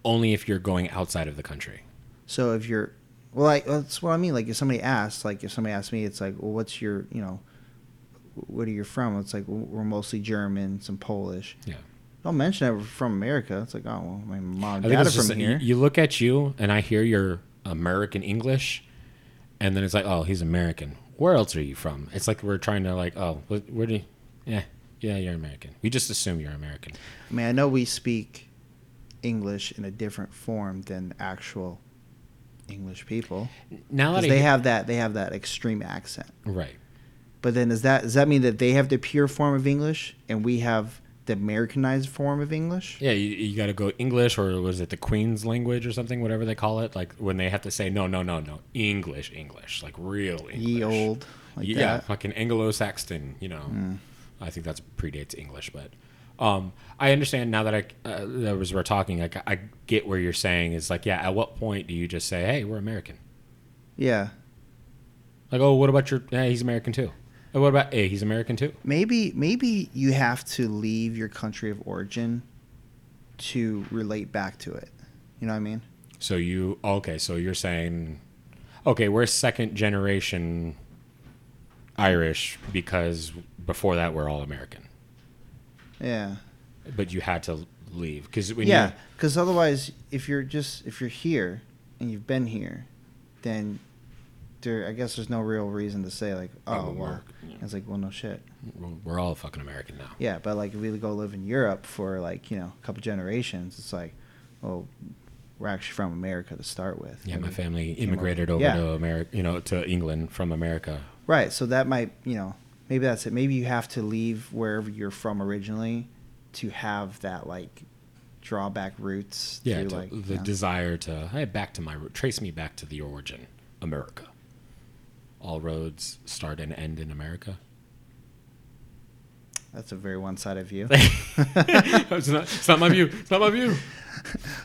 [SPEAKER 1] Only if you're going outside of the country.
[SPEAKER 2] So if you're, well, like that's what I mean. Like if somebody asks, like if somebody asks me, it's like, well, what's your, you know, what are you from? It's like well, we're mostly German, some Polish.
[SPEAKER 1] Yeah.
[SPEAKER 2] Don't mention that we're from America. It's like, oh, well, my mom and
[SPEAKER 1] I
[SPEAKER 2] dad
[SPEAKER 1] think
[SPEAKER 2] are
[SPEAKER 1] it's
[SPEAKER 2] from
[SPEAKER 1] just that
[SPEAKER 2] here.
[SPEAKER 1] You look at you, and I hear your American English, and then it's like, oh, he's American. Where else are you from? It's like we're trying to like, oh, wh- where do? You, yeah, yeah, you're American. We just assume you're American.
[SPEAKER 2] I mean, I know we speak English in a different form than actual English people
[SPEAKER 1] Now
[SPEAKER 2] 'Cause
[SPEAKER 1] that I
[SPEAKER 2] they
[SPEAKER 1] hear-
[SPEAKER 2] have that they have that extreme accent.
[SPEAKER 1] right,
[SPEAKER 2] But then does that does that mean that they have the pure form of English and we have the Americanized form of English?
[SPEAKER 1] yeah, you, you got to go English or was it the Queen's language or something, whatever they call it, like when they have to say no, no, no, no, English, English, like real English.
[SPEAKER 2] Ye old like
[SPEAKER 1] yeah,
[SPEAKER 2] that.
[SPEAKER 1] fucking Anglo-Saxon. You know, I think that's predates English, but um, I understand now that I uh, that was we're talking. Like, I get where you're saying is like, yeah. At what point do you just say, hey, we're American?
[SPEAKER 2] Yeah.
[SPEAKER 1] Like, oh, what about your? Yeah, he's American too. Oh, what about? Hey, he's American too.
[SPEAKER 2] Maybe maybe you have to leave your country of origin to relate back to it. You know what I mean?
[SPEAKER 1] So you okay? So you're saying, okay, we're second generation Irish because before that we're all American.
[SPEAKER 2] Yeah.
[SPEAKER 1] But you had to leave because when
[SPEAKER 2] Yeah,
[SPEAKER 1] you,
[SPEAKER 2] because otherwise, if you're just if you're here and you've been here, then there I guess there's no real reason to say like,
[SPEAKER 1] That
[SPEAKER 2] oh,
[SPEAKER 1] would
[SPEAKER 2] well,
[SPEAKER 1] work, yeah.
[SPEAKER 2] it's like, well, no shit.
[SPEAKER 1] we're- we're all fucking American now.
[SPEAKER 2] Yeah, but like if we go live in Europe for like you know a couple generations, it's like, well, we're actually from America to start with.
[SPEAKER 1] Yeah,
[SPEAKER 2] And
[SPEAKER 1] my
[SPEAKER 2] we
[SPEAKER 1] family
[SPEAKER 2] came
[SPEAKER 1] immigrated over
[SPEAKER 2] Yeah.
[SPEAKER 1] to America, you know, to England from America.
[SPEAKER 2] Right. So that might, you know, maybe that's it. Maybe you have to leave wherever you're from originally to have that like drawback roots.
[SPEAKER 1] Yeah,
[SPEAKER 2] through,
[SPEAKER 1] to-
[SPEAKER 2] like
[SPEAKER 1] the
[SPEAKER 2] you know.
[SPEAKER 1] desire to hey, back to my root, trace me back to the origin, America. All roads start and end in America.
[SPEAKER 2] that's a very one-sided *laughs* view.
[SPEAKER 1] *laughs* it's, not, it's not my view. It's not my view.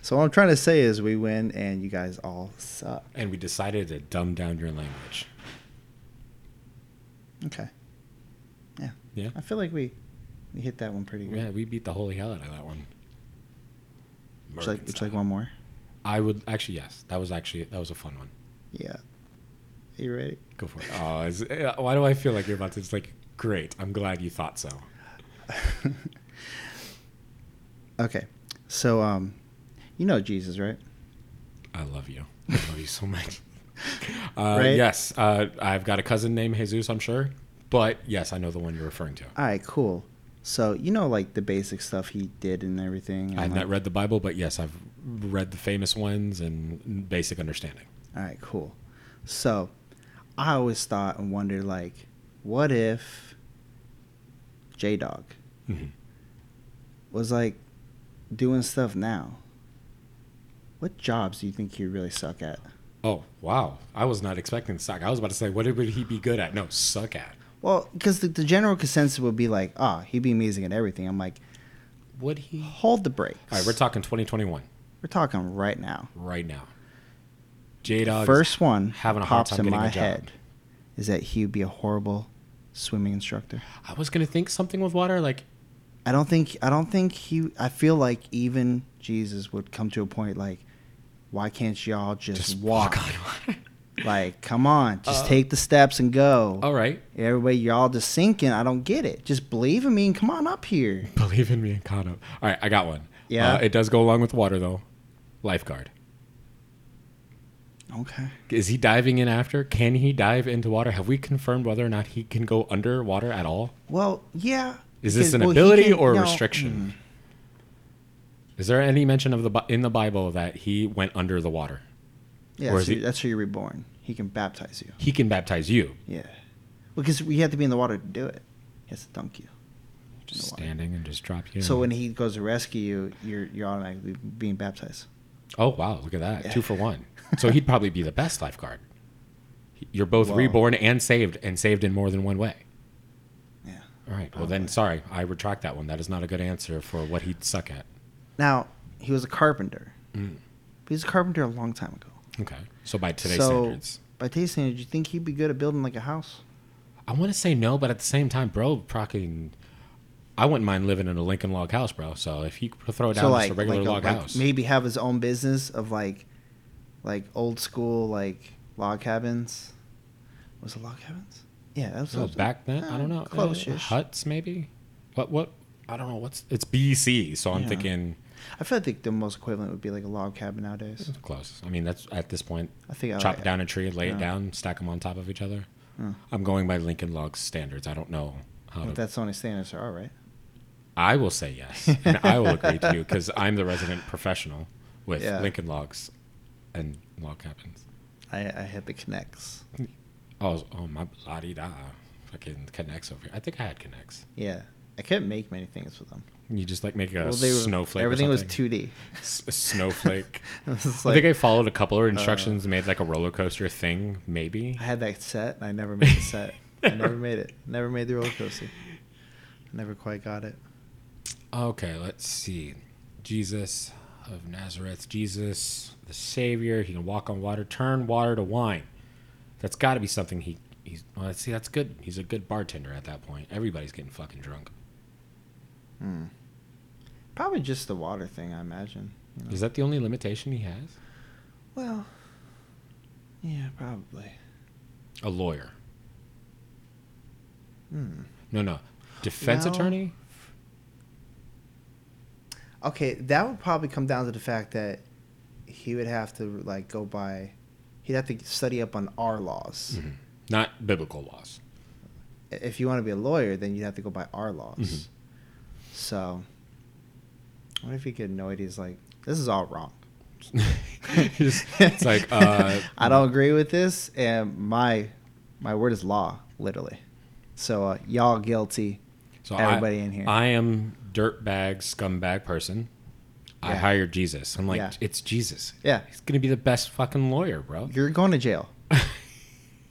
[SPEAKER 2] so what I'm trying to say is we win and you guys all suck.
[SPEAKER 1] And we decided to dumb down your language.
[SPEAKER 2] Okay. Yeah.
[SPEAKER 1] Yeah.
[SPEAKER 2] I feel like we we hit that one pretty good.
[SPEAKER 1] Yeah, we beat the holy hell out of that one.
[SPEAKER 2] Would you like,
[SPEAKER 1] American
[SPEAKER 2] would you like
[SPEAKER 1] style.
[SPEAKER 2] one more?
[SPEAKER 1] I would actually yes. That was actually that was a fun one.
[SPEAKER 2] Yeah. Are you ready? *laughs*
[SPEAKER 1] Go for it. Oh, is, eh, why do I feel like you're about to? It's like great. I'm glad you thought so.
[SPEAKER 2] okay. So um you know Jesus, right?
[SPEAKER 1] I love you. I love you so much. *laughs* Uh,
[SPEAKER 2] Right?
[SPEAKER 1] Yes, uh, I've got a cousin named Jesus. I'm sure, but yes, I know the one you're referring to.
[SPEAKER 2] All right, cool. So you know, like the basic stuff he did and everything. and,
[SPEAKER 1] I've
[SPEAKER 2] like-
[SPEAKER 1] not read the Bible, but yes, I've read the famous ones and basic understanding.
[SPEAKER 2] All right, cool. So I always thought and wondered, like, what if J Dog
[SPEAKER 1] Mhm.
[SPEAKER 2] was like doing stuff now? What jobs do you think he'd really suck at?
[SPEAKER 1] Oh wow, I was not expecting suck. I was about to say, what would he be good at? No, suck at.
[SPEAKER 2] Well, because the, the general consensus would be like, ah, he'd be amazing at everything. I'm like,
[SPEAKER 1] Would he? All
[SPEAKER 2] hold the brakes.
[SPEAKER 1] right, we're talking 2021
[SPEAKER 2] we're talking right now.
[SPEAKER 1] right now. J Dog
[SPEAKER 2] First one
[SPEAKER 1] having a hard
[SPEAKER 2] pops
[SPEAKER 1] time
[SPEAKER 2] in
[SPEAKER 1] getting
[SPEAKER 2] my
[SPEAKER 1] a job.
[SPEAKER 2] head is that he would be a horrible swimming instructor.
[SPEAKER 1] I was gonna think something with water, like
[SPEAKER 2] I don't think I don't think he I feel like even Jesus would come to a point like why can't y'all just,
[SPEAKER 1] just
[SPEAKER 2] walk?
[SPEAKER 1] walk on water.
[SPEAKER 2] Like come on, just
[SPEAKER 1] Uh,
[SPEAKER 2] take the steps and go.
[SPEAKER 1] All right,
[SPEAKER 2] Everybody y'all just sinking. I don't get it. Just believe in me and come on up here.
[SPEAKER 1] *laughs* Believe in me and caught up. All right, I got one. Uh,
[SPEAKER 2] Yeah?
[SPEAKER 1] it does go along with water though. Lifeguard.
[SPEAKER 2] Okay.
[SPEAKER 1] Is he diving in after? Can he dive into water? Have we confirmed whether or not he can go underwater at all?
[SPEAKER 2] Well, yeah.
[SPEAKER 1] Is this
[SPEAKER 2] because-
[SPEAKER 1] an
[SPEAKER 2] well, he
[SPEAKER 1] ability
[SPEAKER 2] can-
[SPEAKER 1] or a
[SPEAKER 2] no,
[SPEAKER 1] restriction?
[SPEAKER 2] mm.
[SPEAKER 1] Is there any mention of the Bi- in the Bible that he went under the water?
[SPEAKER 2] Mm-hmm. Yeah,
[SPEAKER 1] Or
[SPEAKER 2] that's,
[SPEAKER 1] is
[SPEAKER 2] who-
[SPEAKER 1] he-
[SPEAKER 2] that's who you're reborn. He can baptize you.
[SPEAKER 1] He can baptize you.
[SPEAKER 2] Yeah. Because we have to be in the water to do it. He has to dunk you.
[SPEAKER 1] Just
[SPEAKER 2] water.
[SPEAKER 1] standing and just drop you. in.
[SPEAKER 2] So when he goes to rescue you, you're you're automatically being baptized.
[SPEAKER 1] oh wow, look at that,
[SPEAKER 2] Yeah.
[SPEAKER 1] two for one. So he'd probably be the best lifeguard. You're both
[SPEAKER 2] Well-
[SPEAKER 1] reborn and saved, and saved in more than one way.
[SPEAKER 2] Yeah.
[SPEAKER 1] All right. Well, then, sorry, I retract that one. That is not a good answer for what he'd suck at.
[SPEAKER 2] *laughs* Now he was a carpenter.
[SPEAKER 1] Mm.
[SPEAKER 2] He was a carpenter a long time ago.
[SPEAKER 1] Okay. So by today's
[SPEAKER 2] So-
[SPEAKER 1] standards,
[SPEAKER 2] By today's standards, do you think he'd be good at building like a house?
[SPEAKER 1] I want to say no, but at the same time, bro, fucking, I wouldn't mind living in a Lincoln log house, bro. So if you could throw down
[SPEAKER 2] so
[SPEAKER 1] just
[SPEAKER 2] like,
[SPEAKER 1] a regular
[SPEAKER 2] like,
[SPEAKER 1] log
[SPEAKER 2] like
[SPEAKER 1] house,
[SPEAKER 2] maybe have his own business of like, like old school like log cabins. Was it log cabins? Yeah, that was
[SPEAKER 1] Oh,
[SPEAKER 2] that was-
[SPEAKER 1] back then, I don't
[SPEAKER 2] uh,
[SPEAKER 1] know,
[SPEAKER 2] Close.
[SPEAKER 1] uh, huts maybe. What? What? I don't know. What's it's BC, so I'm
[SPEAKER 2] Yeah.
[SPEAKER 1] thinking
[SPEAKER 2] I feel like the most equivalent would be like a log cabin nowadays.
[SPEAKER 1] close. I mean, that's at this point,
[SPEAKER 2] I think I
[SPEAKER 1] chop
[SPEAKER 2] like-
[SPEAKER 1] down a tree, lay
[SPEAKER 2] yeah.
[SPEAKER 1] it down, stack them on top of each other.
[SPEAKER 2] Mm.
[SPEAKER 1] I'm going by Lincoln log standards. I don't know how
[SPEAKER 2] But
[SPEAKER 1] to
[SPEAKER 2] that's the only standards there are, right?
[SPEAKER 1] I will say yes, and I will agree to you because I'm the resident professional with
[SPEAKER 2] Yeah.
[SPEAKER 1] Lincoln Logs and log cabins.
[SPEAKER 2] I, I hit the connects.
[SPEAKER 1] Oh, oh my la di da, fucking connects over here. I think I had connects.
[SPEAKER 2] Yeah, I couldn't make many things with them.
[SPEAKER 1] You just like make a
[SPEAKER 2] Well, they were-
[SPEAKER 1] snowflake.
[SPEAKER 2] Everything
[SPEAKER 1] or
[SPEAKER 2] was
[SPEAKER 1] something.
[SPEAKER 2] 2D.
[SPEAKER 1] S- a
[SPEAKER 2] *laughs*
[SPEAKER 1] snowflake.
[SPEAKER 2] It was
[SPEAKER 1] I
[SPEAKER 2] like- uh,
[SPEAKER 1] think I followed a couple of instructions, made like a roller coaster thing, maybe.
[SPEAKER 2] I had that set, and I never made the set.
[SPEAKER 1] *laughs*
[SPEAKER 2] I never made it. Never made the roller coaster. Never quite got it.
[SPEAKER 1] Okay, let's see. Jesus of Nazareth, Jesus the Savior. He can walk on water, turn water to wine. That's got to be something he. He's well. let's See, that's good. He's a good bartender at that point. Everybody's getting fucking drunk.
[SPEAKER 2] Hmm. Probably just the water thing, I imagine. you know.
[SPEAKER 1] Is that the only limitation he has?
[SPEAKER 2] Well, Yeah, probably.
[SPEAKER 1] A lawyer.
[SPEAKER 2] Hmm.
[SPEAKER 1] No, no. Defense
[SPEAKER 2] No.
[SPEAKER 1] attorney?
[SPEAKER 2] Okay, that would probably come down to the fact that he would have to like go by. He'd have to study up on our laws.
[SPEAKER 1] Mhm. Not biblical laws. *laughs*
[SPEAKER 2] If you want to be a lawyer, then you'd have to go by our laws.
[SPEAKER 1] Mhm.
[SPEAKER 2] So, I wonder if he get annoyed. He's like, "This is
[SPEAKER 1] *laughs*
[SPEAKER 2] all wrong." *laughs*
[SPEAKER 1] it's, it's like, uh,
[SPEAKER 2] I don't agree with this, and my my word is law, literally. So uh, y'all guilty.
[SPEAKER 1] so
[SPEAKER 2] everybody
[SPEAKER 1] I,
[SPEAKER 2] in here.
[SPEAKER 1] I am dirtbag, scumbag person. I
[SPEAKER 2] Yeah.
[SPEAKER 1] hired Jesus. I'm like,
[SPEAKER 2] Yeah.
[SPEAKER 1] it's Jesus.
[SPEAKER 2] Yeah.
[SPEAKER 1] He's going to be the best fucking lawyer,
[SPEAKER 2] *laughs*
[SPEAKER 1] bro.
[SPEAKER 2] You're going
[SPEAKER 1] *laughs*
[SPEAKER 2] to jail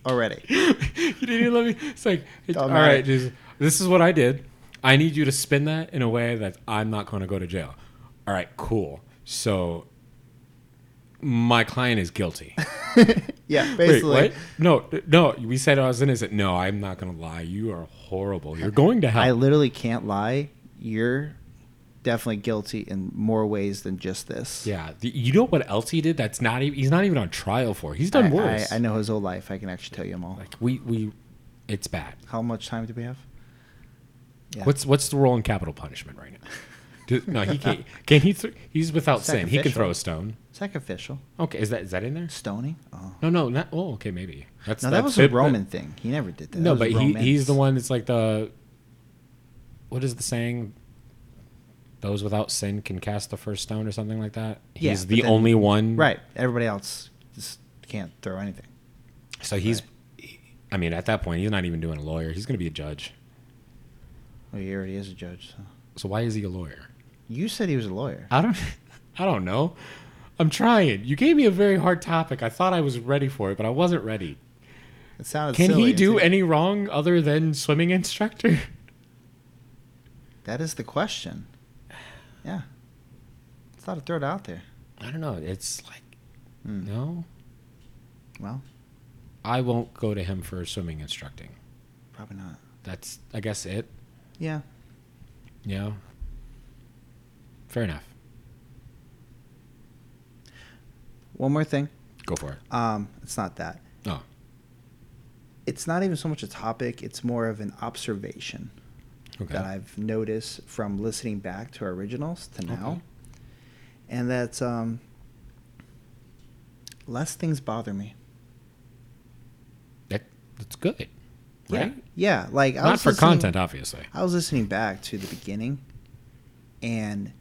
[SPEAKER 2] already.
[SPEAKER 1] you didn't even let me. It's like,
[SPEAKER 2] Don't
[SPEAKER 1] all
[SPEAKER 2] matter.
[SPEAKER 1] right, Jesus, this is what I did. I need you to spin that in a way that I'm not going to go to jail. All right, cool. So my client is
[SPEAKER 2] *laughs*
[SPEAKER 1] guilty.
[SPEAKER 2] yeah, basically.
[SPEAKER 1] Wait, what? No, th- no. We said I was innocent. No, I'm not going to lie. You are horrible. You're going to
[SPEAKER 2] I
[SPEAKER 1] hell.
[SPEAKER 2] literally can't lie. You're definitely guilty in more ways than just this.
[SPEAKER 1] yeah. The- you know what else he did? That's not even. He's not even on trial for. He's done
[SPEAKER 2] I,
[SPEAKER 1] worse.
[SPEAKER 2] I, I know his whole life. I can actually tell you them all.
[SPEAKER 1] Like we we, it's bad.
[SPEAKER 2] How much time do we have? Yeah.
[SPEAKER 1] What's what's the role in capital punishment right now? Do- no, he can't. Can he? Th- he's without sin. He can
[SPEAKER 2] Sacrificial.
[SPEAKER 1] throw a stone.
[SPEAKER 2] sacrificial
[SPEAKER 1] Okay, is that is that in there?
[SPEAKER 2] stoning? Oh,
[SPEAKER 1] No, no, not. Oh, okay, maybe. That's
[SPEAKER 2] no, that
[SPEAKER 1] that's
[SPEAKER 2] was a
[SPEAKER 1] bib-
[SPEAKER 2] Roman thing. He never did that.
[SPEAKER 1] no, but
[SPEAKER 2] That was
[SPEAKER 1] he, he's the
[SPEAKER 2] Romans.
[SPEAKER 1] one that's like the. What is the saying? Those without sin can cast the first stone, or something like that.
[SPEAKER 2] Yeah,
[SPEAKER 1] He's
[SPEAKER 2] but
[SPEAKER 1] the
[SPEAKER 2] then-
[SPEAKER 1] only one,
[SPEAKER 2] Right. Everybody else just can't throw anything.
[SPEAKER 1] So he's. I mean, at that point, he's not even doing a lawyer. He's going to be a judge.
[SPEAKER 2] Well, Oh, he already is a judge. So.
[SPEAKER 1] So why is he a lawyer?
[SPEAKER 2] You said he was a lawyer.
[SPEAKER 1] I don't. *laughs* I don't know. I'm trying. You gave me a very hard topic. I thought I was ready for it, but I wasn't ready.
[SPEAKER 2] It sounded.
[SPEAKER 1] Can
[SPEAKER 2] silly
[SPEAKER 1] he do
[SPEAKER 2] until-
[SPEAKER 1] any wrong other than swimming instructor? *laughs*
[SPEAKER 2] That is the question. Yeah. I thought I'd throw it out there.
[SPEAKER 1] I don't know. It's like
[SPEAKER 2] Hmm.
[SPEAKER 1] no.
[SPEAKER 2] Well,
[SPEAKER 1] I won't go to him for swimming instructing.
[SPEAKER 2] probably not.
[SPEAKER 1] That's I guess it.
[SPEAKER 2] Yeah.
[SPEAKER 1] Yeah. Fair enough.
[SPEAKER 2] One more thing.
[SPEAKER 1] Go for it.
[SPEAKER 2] Um, it's not that.
[SPEAKER 1] Oh.
[SPEAKER 2] It's not even so much a topic. It's more of an observation
[SPEAKER 1] Okay.
[SPEAKER 2] that I've noticed from listening back to our originals to now,
[SPEAKER 1] Okay.
[SPEAKER 2] and that's um, less things bother me.
[SPEAKER 1] that that's good. Right?
[SPEAKER 2] Yeah. yeah like I
[SPEAKER 1] Not
[SPEAKER 2] was
[SPEAKER 1] for
[SPEAKER 2] listening-
[SPEAKER 1] content, obviously.
[SPEAKER 2] I was listening back to the beginning, and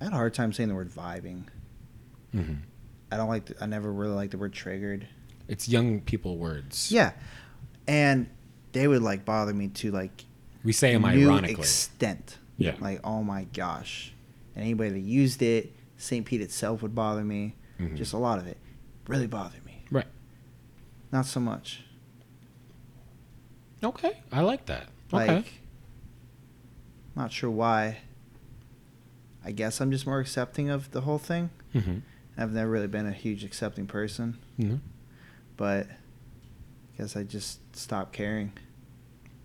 [SPEAKER 2] I had a hard time saying the word vibing. Mm-hmm.
[SPEAKER 1] hmm
[SPEAKER 2] I don't like. The, I never really liked the word triggered.
[SPEAKER 1] It's young people words.
[SPEAKER 2] Yeah, and they would like bother me to like
[SPEAKER 1] We say them
[SPEAKER 2] new
[SPEAKER 1] ironically.
[SPEAKER 2] extent.
[SPEAKER 1] Yeah.
[SPEAKER 2] Like oh my gosh, and anybody that used it, St. Pete itself would bother me.
[SPEAKER 1] Mhm.
[SPEAKER 2] Just a lot of it really bothered me.
[SPEAKER 1] right.
[SPEAKER 2] Not so much.
[SPEAKER 1] Okay. I like that.
[SPEAKER 2] Like,
[SPEAKER 1] Okay.
[SPEAKER 2] not sure why. I guess I'm just more accepting of the whole thing.
[SPEAKER 1] hmm
[SPEAKER 2] I've never really been a huge accepting person, but I guess I just stopped caring.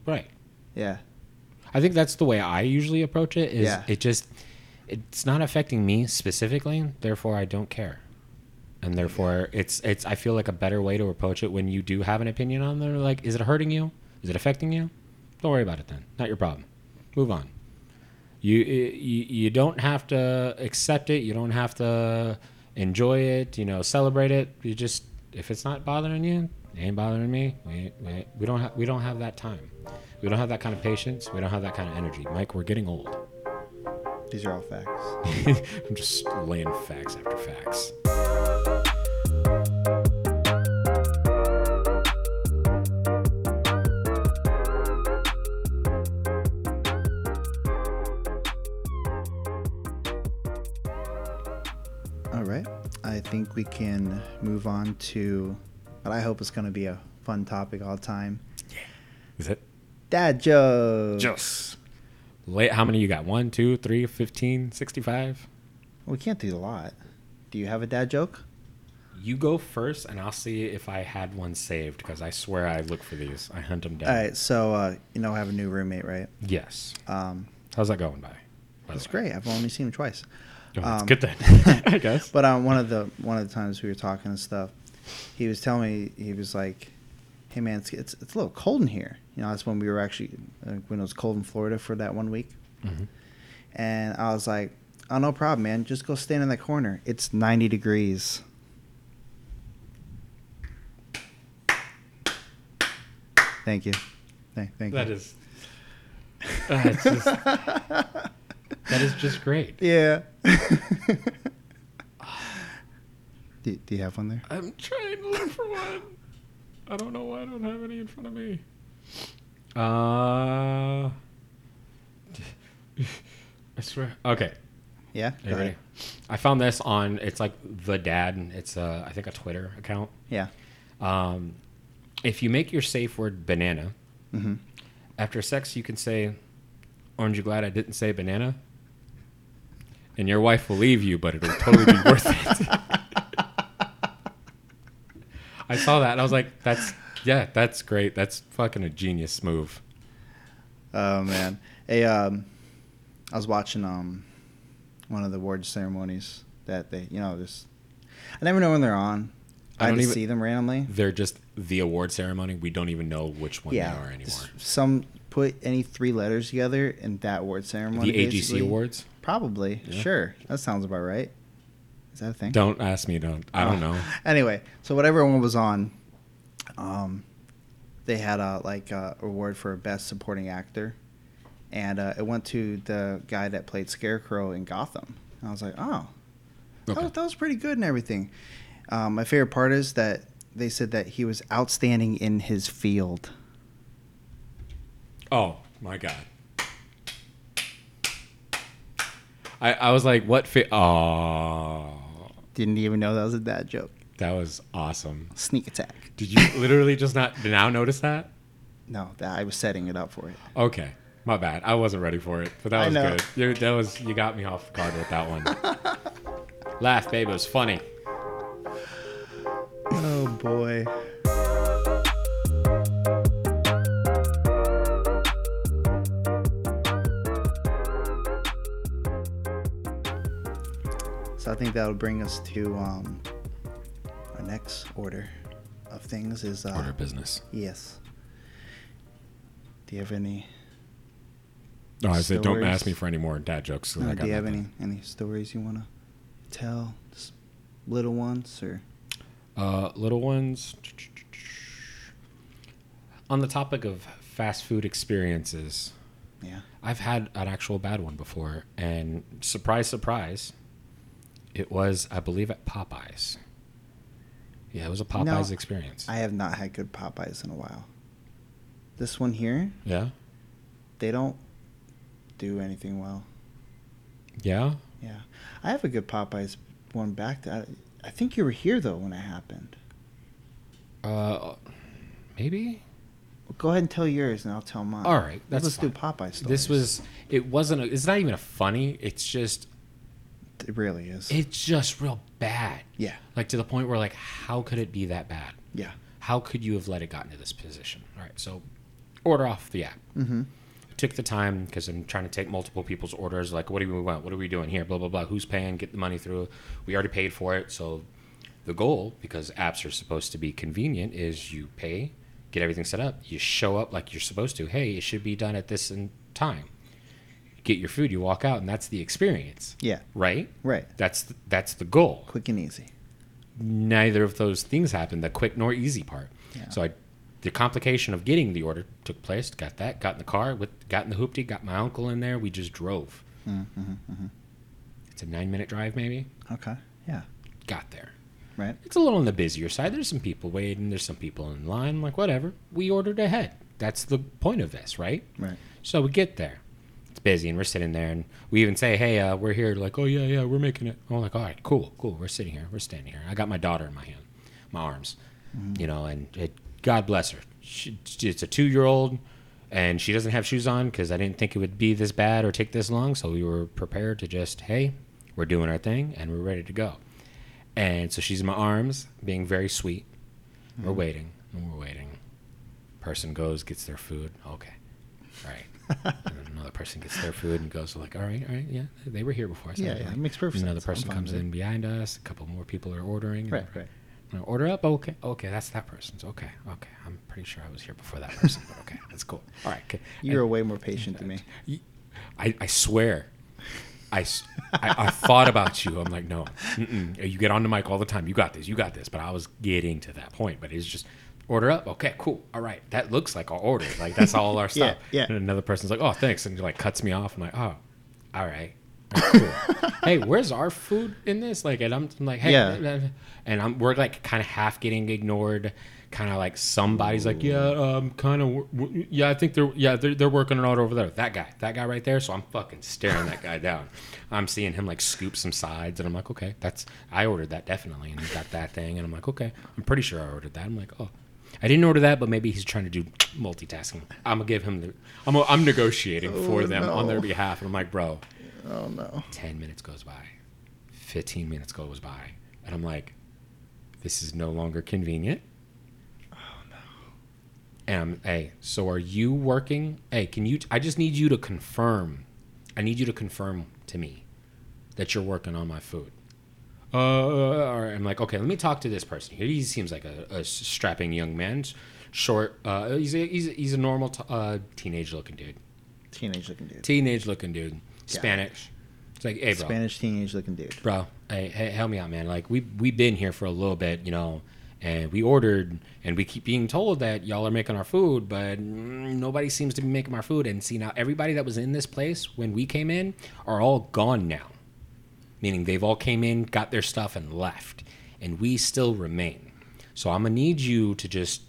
[SPEAKER 1] Right.
[SPEAKER 2] Yeah.
[SPEAKER 1] I think that's the way I usually approach it is
[SPEAKER 2] Yeah.
[SPEAKER 1] it just it's not affecting me specifically, therefore I don't care. And therefore it's it's I feel like a better way to approach it when you do have an opinion on there like is it hurting you? Is it affecting you? Don't worry about it then. Not your problem. Move on. You you you don't have to accept it. You don't have to enjoy it, you know, celebrate it. You just if it's not bothering you, it ain't bothering me. We, we, we don't have we don't have that time. We don't have that kind of patience. We don't have that kind of energy. Mike, we're getting old. *laughs*
[SPEAKER 2] These are all facts.
[SPEAKER 1] I'm just laying facts after facts.
[SPEAKER 2] All right. I think we can move on to what I hope is going to be a fun topic all the time.
[SPEAKER 1] Is it?
[SPEAKER 2] Dad jokes.
[SPEAKER 1] Just. Late, how many you got? 1, 2, 3, 15, 65?
[SPEAKER 2] We can't do a lot. Do you have a dad joke?
[SPEAKER 1] You go first, and I'll see if I had one saved because I swear I look for these. I hunt them down.
[SPEAKER 2] All right. So, uh, you know, I have a new roommate, right?
[SPEAKER 1] Yes.
[SPEAKER 2] Um,
[SPEAKER 1] How's that going by? by the
[SPEAKER 2] that's
[SPEAKER 1] way?
[SPEAKER 2] great. I've only seen him twice.
[SPEAKER 1] Oh, that's
[SPEAKER 2] Um, *laughs*
[SPEAKER 1] good then, *laughs* I guess.
[SPEAKER 2] But um, one of the one of the times we were talking and stuff, he was telling me he was like, "Hey man, it's it's, it's a little cold in here." You know, that's when we were actually uh, when it was cold in Florida for that one week,
[SPEAKER 1] Mhm.
[SPEAKER 2] and I was like, "Oh no problem, man. Just go stand in that corner. It's ninety degrees." Thank you. Thank, thank
[SPEAKER 1] That
[SPEAKER 2] you.
[SPEAKER 1] is. Uh, it's
[SPEAKER 2] *laughs*
[SPEAKER 1] just- that is just great. *laughs*
[SPEAKER 2] Yeah. do, do you have one there?
[SPEAKER 1] I'm trying to look for one. I don't know why I don't have any in front of me. Uh, *laughs* I swear. Okay.
[SPEAKER 2] Yeah.
[SPEAKER 1] Are you ready? I found this on. It's like the dad. and It's uh, I think a Twitter account.
[SPEAKER 2] Yeah.
[SPEAKER 1] Um, if you make your safe word banana
[SPEAKER 2] Mm-hmm.
[SPEAKER 1] after sex, you can say, "Aren't you glad I didn't say banana?" And your wife will leave you, but it'll totally be worth it.
[SPEAKER 2] *laughs*
[SPEAKER 1] I saw that and I was like, "That's yeah, that's great. That's fucking a genius move."
[SPEAKER 2] Oh man. Hey, um, I was watching um, one of the award ceremonies that they, you know, just I never know when they're on.
[SPEAKER 1] I
[SPEAKER 2] I,
[SPEAKER 1] don't
[SPEAKER 2] just
[SPEAKER 1] even-
[SPEAKER 2] see them randomly.
[SPEAKER 1] They're just the award ceremony. We don't even know which one
[SPEAKER 2] yeah.
[SPEAKER 1] they are anymore.
[SPEAKER 2] just Some put any three letters together in that award ceremony.
[SPEAKER 1] the AGC
[SPEAKER 2] basically.
[SPEAKER 1] awards.
[SPEAKER 2] Probably.
[SPEAKER 1] Yeah.
[SPEAKER 2] Sure. That sounds about right. Is that a thing?
[SPEAKER 1] Don't ask me. Don't. I don't
[SPEAKER 2] Oh.
[SPEAKER 1] know.
[SPEAKER 2] Anyway, so whatever one was on, um, they had a like a award for best supporting actor, and uh, it went to the guy that played Scarecrow in Gotham. And I was like, oh, that,
[SPEAKER 1] Okay.
[SPEAKER 2] was, that was pretty good and everything. Um, my favorite part is that they said that he was outstanding in his field.
[SPEAKER 1] Oh my god. I I was like, what? Fi- oh,
[SPEAKER 2] Didn't even know that was a dad joke.
[SPEAKER 1] that was awesome.
[SPEAKER 2] Sneak attack.
[SPEAKER 1] Did you literally just not now notice that?
[SPEAKER 2] No, that I was setting it up for it.
[SPEAKER 1] Okay, my bad. I wasn't ready for it, but
[SPEAKER 2] I
[SPEAKER 1] that was
[SPEAKER 2] know.
[SPEAKER 1] good. You, that was you got me off guard with that
[SPEAKER 2] *laughs*
[SPEAKER 1] one. Laugh, babe. It was funny.
[SPEAKER 2] Oh boy. So I think that'll bring us to um, our next order of things is uh,
[SPEAKER 1] business.
[SPEAKER 2] yes. Do you have any?
[SPEAKER 1] No, I said don't
[SPEAKER 2] Stories.
[SPEAKER 1] ask me for any more dad jokes. so I
[SPEAKER 2] No,
[SPEAKER 1] got
[SPEAKER 2] uh, do you have
[SPEAKER 1] nothing.
[SPEAKER 2] any any stories you want to tell, just little ones or?
[SPEAKER 1] Uh, little ones. On the topic of fast food experiences,
[SPEAKER 2] Yeah.
[SPEAKER 1] I've had an actual bad one before, and surprise, surprise, it was, I believe, at Popeyes. Yeah, it was a Popeyes experience.
[SPEAKER 2] I have not had good Popeyes in a while. This one here,
[SPEAKER 1] yeah,
[SPEAKER 2] they don't do anything well.
[SPEAKER 1] yeah.
[SPEAKER 2] Yeah, I have a good Popeyes one back. That I think you were here though when it happened.
[SPEAKER 1] Uh, maybe.
[SPEAKER 2] Well, go ahead and tell yours, and I'll tell mine.
[SPEAKER 1] All right, that's
[SPEAKER 2] let's do
[SPEAKER 1] fine.
[SPEAKER 2] Popeye stories.
[SPEAKER 1] This was. It wasn't. A, it's not even a funny. It's just.
[SPEAKER 2] it. Really is.
[SPEAKER 1] It's just real bad.
[SPEAKER 2] yeah,
[SPEAKER 1] Like to the point where, like, how could it be that bad?
[SPEAKER 2] yeah.
[SPEAKER 1] How could you have let it gotten to this position? All right, so order off the app.
[SPEAKER 2] Mm-hmm.
[SPEAKER 1] took the time because I'm trying to take multiple people's orders. Like, what do we want? What are we doing here? Blah blah blah. Who's paying? Get the money through. We already paid for it. So, the goal, because apps are supposed to be convenient, is you pay, get everything set up, you show up like you're supposed to. Hey, it should be done at this in time. Get your food, you walk out, and that's the experience,
[SPEAKER 2] Yeah,
[SPEAKER 1] right?
[SPEAKER 2] right.
[SPEAKER 1] That's th- that's the goal
[SPEAKER 2] Quick and easy.
[SPEAKER 1] neither of those things happened the quick nor easy part
[SPEAKER 2] Yeah.
[SPEAKER 1] so i the complication of getting the order took place got that got in the car with got in the hoopty got my uncle in there we just drove
[SPEAKER 2] Mm-hmm, hmm
[SPEAKER 1] it's a nine minute drive maybe
[SPEAKER 2] Okay. Yeah.
[SPEAKER 1] got there
[SPEAKER 2] Right.
[SPEAKER 1] it's a little on the busier side there's some people waiting there's some people in line like whatever we ordered ahead that's the point of this right
[SPEAKER 2] Right.
[SPEAKER 1] so we get there it's busy and we're sitting there and we even say hey uh, we're here like oh yeah yeah we're making it i'm like all right cool cool we're sitting here we're standing here i got my daughter in my hand my arms you know, and it, God bless her. She, it's a two year old, and she doesn't have shoes on because I didn't think it would be this bad or take this long. So we were prepared to just, hey, we're doing our thing and we're ready to go. And so she's in my arms, being very sweet. We're
[SPEAKER 2] Hmm.
[SPEAKER 1] waiting, and we're waiting. Person goes, gets their food. Okay. All
[SPEAKER 2] *laughs*
[SPEAKER 1] right. And then another person gets their food and goes like, all right, all right, yeah, they were here before. us."
[SPEAKER 2] Yeah, yeah, it makes perfect
[SPEAKER 1] Another
[SPEAKER 2] sense. I'm
[SPEAKER 1] person
[SPEAKER 2] fine
[SPEAKER 1] comes
[SPEAKER 2] with
[SPEAKER 1] in behind us. A couple more people are ordering. and
[SPEAKER 2] Right. Right.
[SPEAKER 1] No, order up. Okay, okay, that's that person's. Okay, okay. I'm pretty sure I was here before that person, but okay, that's cool. All right, okay.
[SPEAKER 2] *laughs* You're
[SPEAKER 1] And-
[SPEAKER 2] way more patient than me.
[SPEAKER 1] I, I swear. I, s- I- I thought about you. I'm like, no, mm-mm. you get on the mic all the time. You got this. You got this. But I was getting to that point. But it's just order up. Okay, cool. All right. That looks like our order. Like that's all our
[SPEAKER 2] *laughs* Yeah,
[SPEAKER 1] stuff.
[SPEAKER 2] yeah.
[SPEAKER 1] And another person's like, oh, thanks. And like cuts me off. I'm like, oh, all right. Cool. hey, where's our food in this? Like, and I'm, I'm like, hey,
[SPEAKER 2] Yeah.
[SPEAKER 1] and I'm we're like kind of half getting ignored. Kind of like somebody's like, yeah, um, kind of, w- w- yeah, I think they're, yeah, they're, they're working on it over there. That guy, that guy right there. So I'm fucking staring that guy down. I'm seeing him like scoop some sides, and I'm like, okay, that's I ordered that definitely, and he got that thing, and I'm like, okay, I'm pretty sure I ordered that. I'm like, oh, I didn't order that, but maybe he's trying to do multitasking. I'm gonna give him the, I'm, I'm negotiating for
[SPEAKER 2] Oh,
[SPEAKER 1] them on their
[SPEAKER 2] no.
[SPEAKER 1] behalf, and I'm like, bro,
[SPEAKER 2] Oh no.
[SPEAKER 1] 10 minutes goes by 15 minutes goes by and i'm like this is no longer convenient oh no and I'm, hey so are you working hey can you i just need you to confirm i need you to confirm to me that you're working on my food uh, all right. I'm like, okay, let me talk to this person here. He seems like a, a strapping young man, s- short. Uh, he's a he's a, he's a normal t- uh, teenage looking dude.
[SPEAKER 2] Teenage looking dude.
[SPEAKER 1] Teenage looking dude, Spanish. It's like, hey, bro,
[SPEAKER 2] Spanish teenage looking dude.
[SPEAKER 1] bro hey, hey help me out man like we we've been here for a little bit you know and we ordered and we keep being told that y'all are making our food but mm, nobody seems to be making our food and see now everybody that was in this place when we came in are all gone now meaning they've all came in got their stuff and left and we still remain so i'm gonna need you to just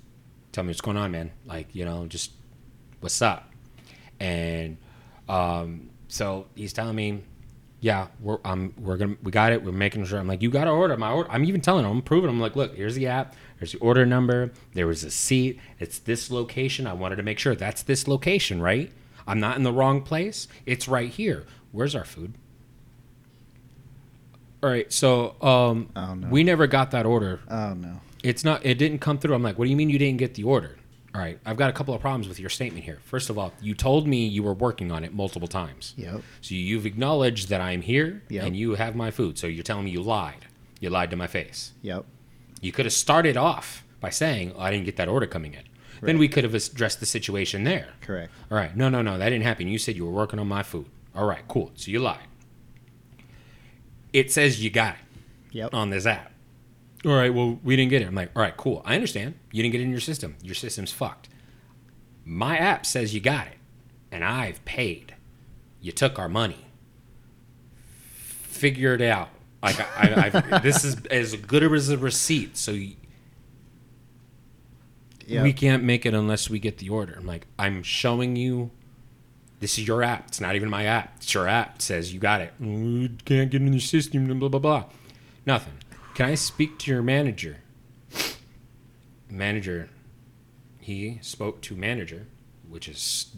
[SPEAKER 1] tell me what's going on man like you know just what's up and um, so he's telling me, yeah, we're um, we're gonna we got it. We're making sure. I'm like, you got to order my order. I'm even telling him, I'm proving. I'm like, look, here's the app. Here's the order number. There was a seat. It's this location. I wanted to make sure that's this location, right? I'm not in the wrong place. It's right here. Where's our food? All right, so um,
[SPEAKER 2] Oh, no.
[SPEAKER 1] we never got that order
[SPEAKER 2] Oh no.
[SPEAKER 1] it's not it didn't come through i'm like what do you mean you didn't get the order all right i've got a couple of problems with your statement here first of all you told me you were working on it multiple times
[SPEAKER 2] Yep.
[SPEAKER 1] so you've acknowledged that i'm here
[SPEAKER 2] Yep.
[SPEAKER 1] and you have my food so you're telling me you lied you lied to my face
[SPEAKER 2] Yep.
[SPEAKER 1] you could have started off by saying oh, i didn't get that order coming in then
[SPEAKER 2] Right.
[SPEAKER 1] we could have addressed the situation there
[SPEAKER 2] Correct.
[SPEAKER 1] all right. No, no, no. That didn't happen. You said you were working on my food. All right. Cool. So you lied. It says you got it
[SPEAKER 2] Yep.
[SPEAKER 1] on this app. All right. Well, we didn't get it. I'm like, all right, cool. I understand. You didn't get it in your system. Your system's fucked. My app says you got it, and I've paid. You took our money. Figure it out. Like I, I, I've, this is as good as a receipt. So you,
[SPEAKER 2] Yep.
[SPEAKER 1] we can't make it unless we get the order. I'm like, I'm showing you. This is your app. It's not even my app. It's your app. It says you got it. We can't get in the system. Blah blah blah. Nothing. Can I speak to your manager? Manager. He spoke to manager, which is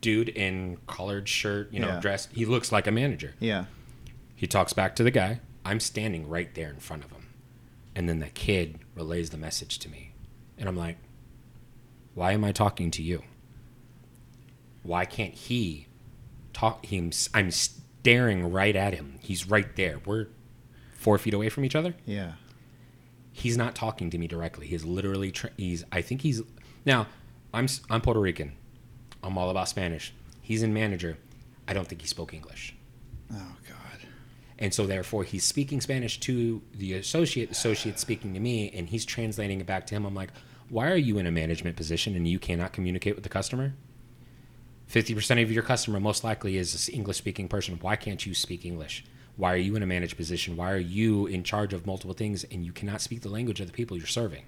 [SPEAKER 1] dude in collared shirt, you know,
[SPEAKER 2] Yeah.
[SPEAKER 1] dressed. He looks like a manager.
[SPEAKER 2] yeah.
[SPEAKER 1] He talks back to the guy. I'm standing right there in front of him. And then the kid relays the message to me. And I'm like, why am I talking to you? Why can't he talk? Him, I'm staring right at him. He's right there. We're four feet away from each other.
[SPEAKER 2] Yeah.
[SPEAKER 1] He's not talking to me directly. He's literally, tr he's, I think he's, now, I'm, s- I'm Puerto Rican. I'm all about Spanish. He's in manager. I don't think he spoke English
[SPEAKER 2] Oh god.
[SPEAKER 1] and so therefore he's speaking spanish to the associate associate speaking to me and he's translating it back to him i'm like why are you in a management position and you cannot communicate with the customer 50% of your customer most likely is an english speaking person why can't you speak english why are you in a managed position why are you in charge of multiple things and you cannot speak the language of the people you're serving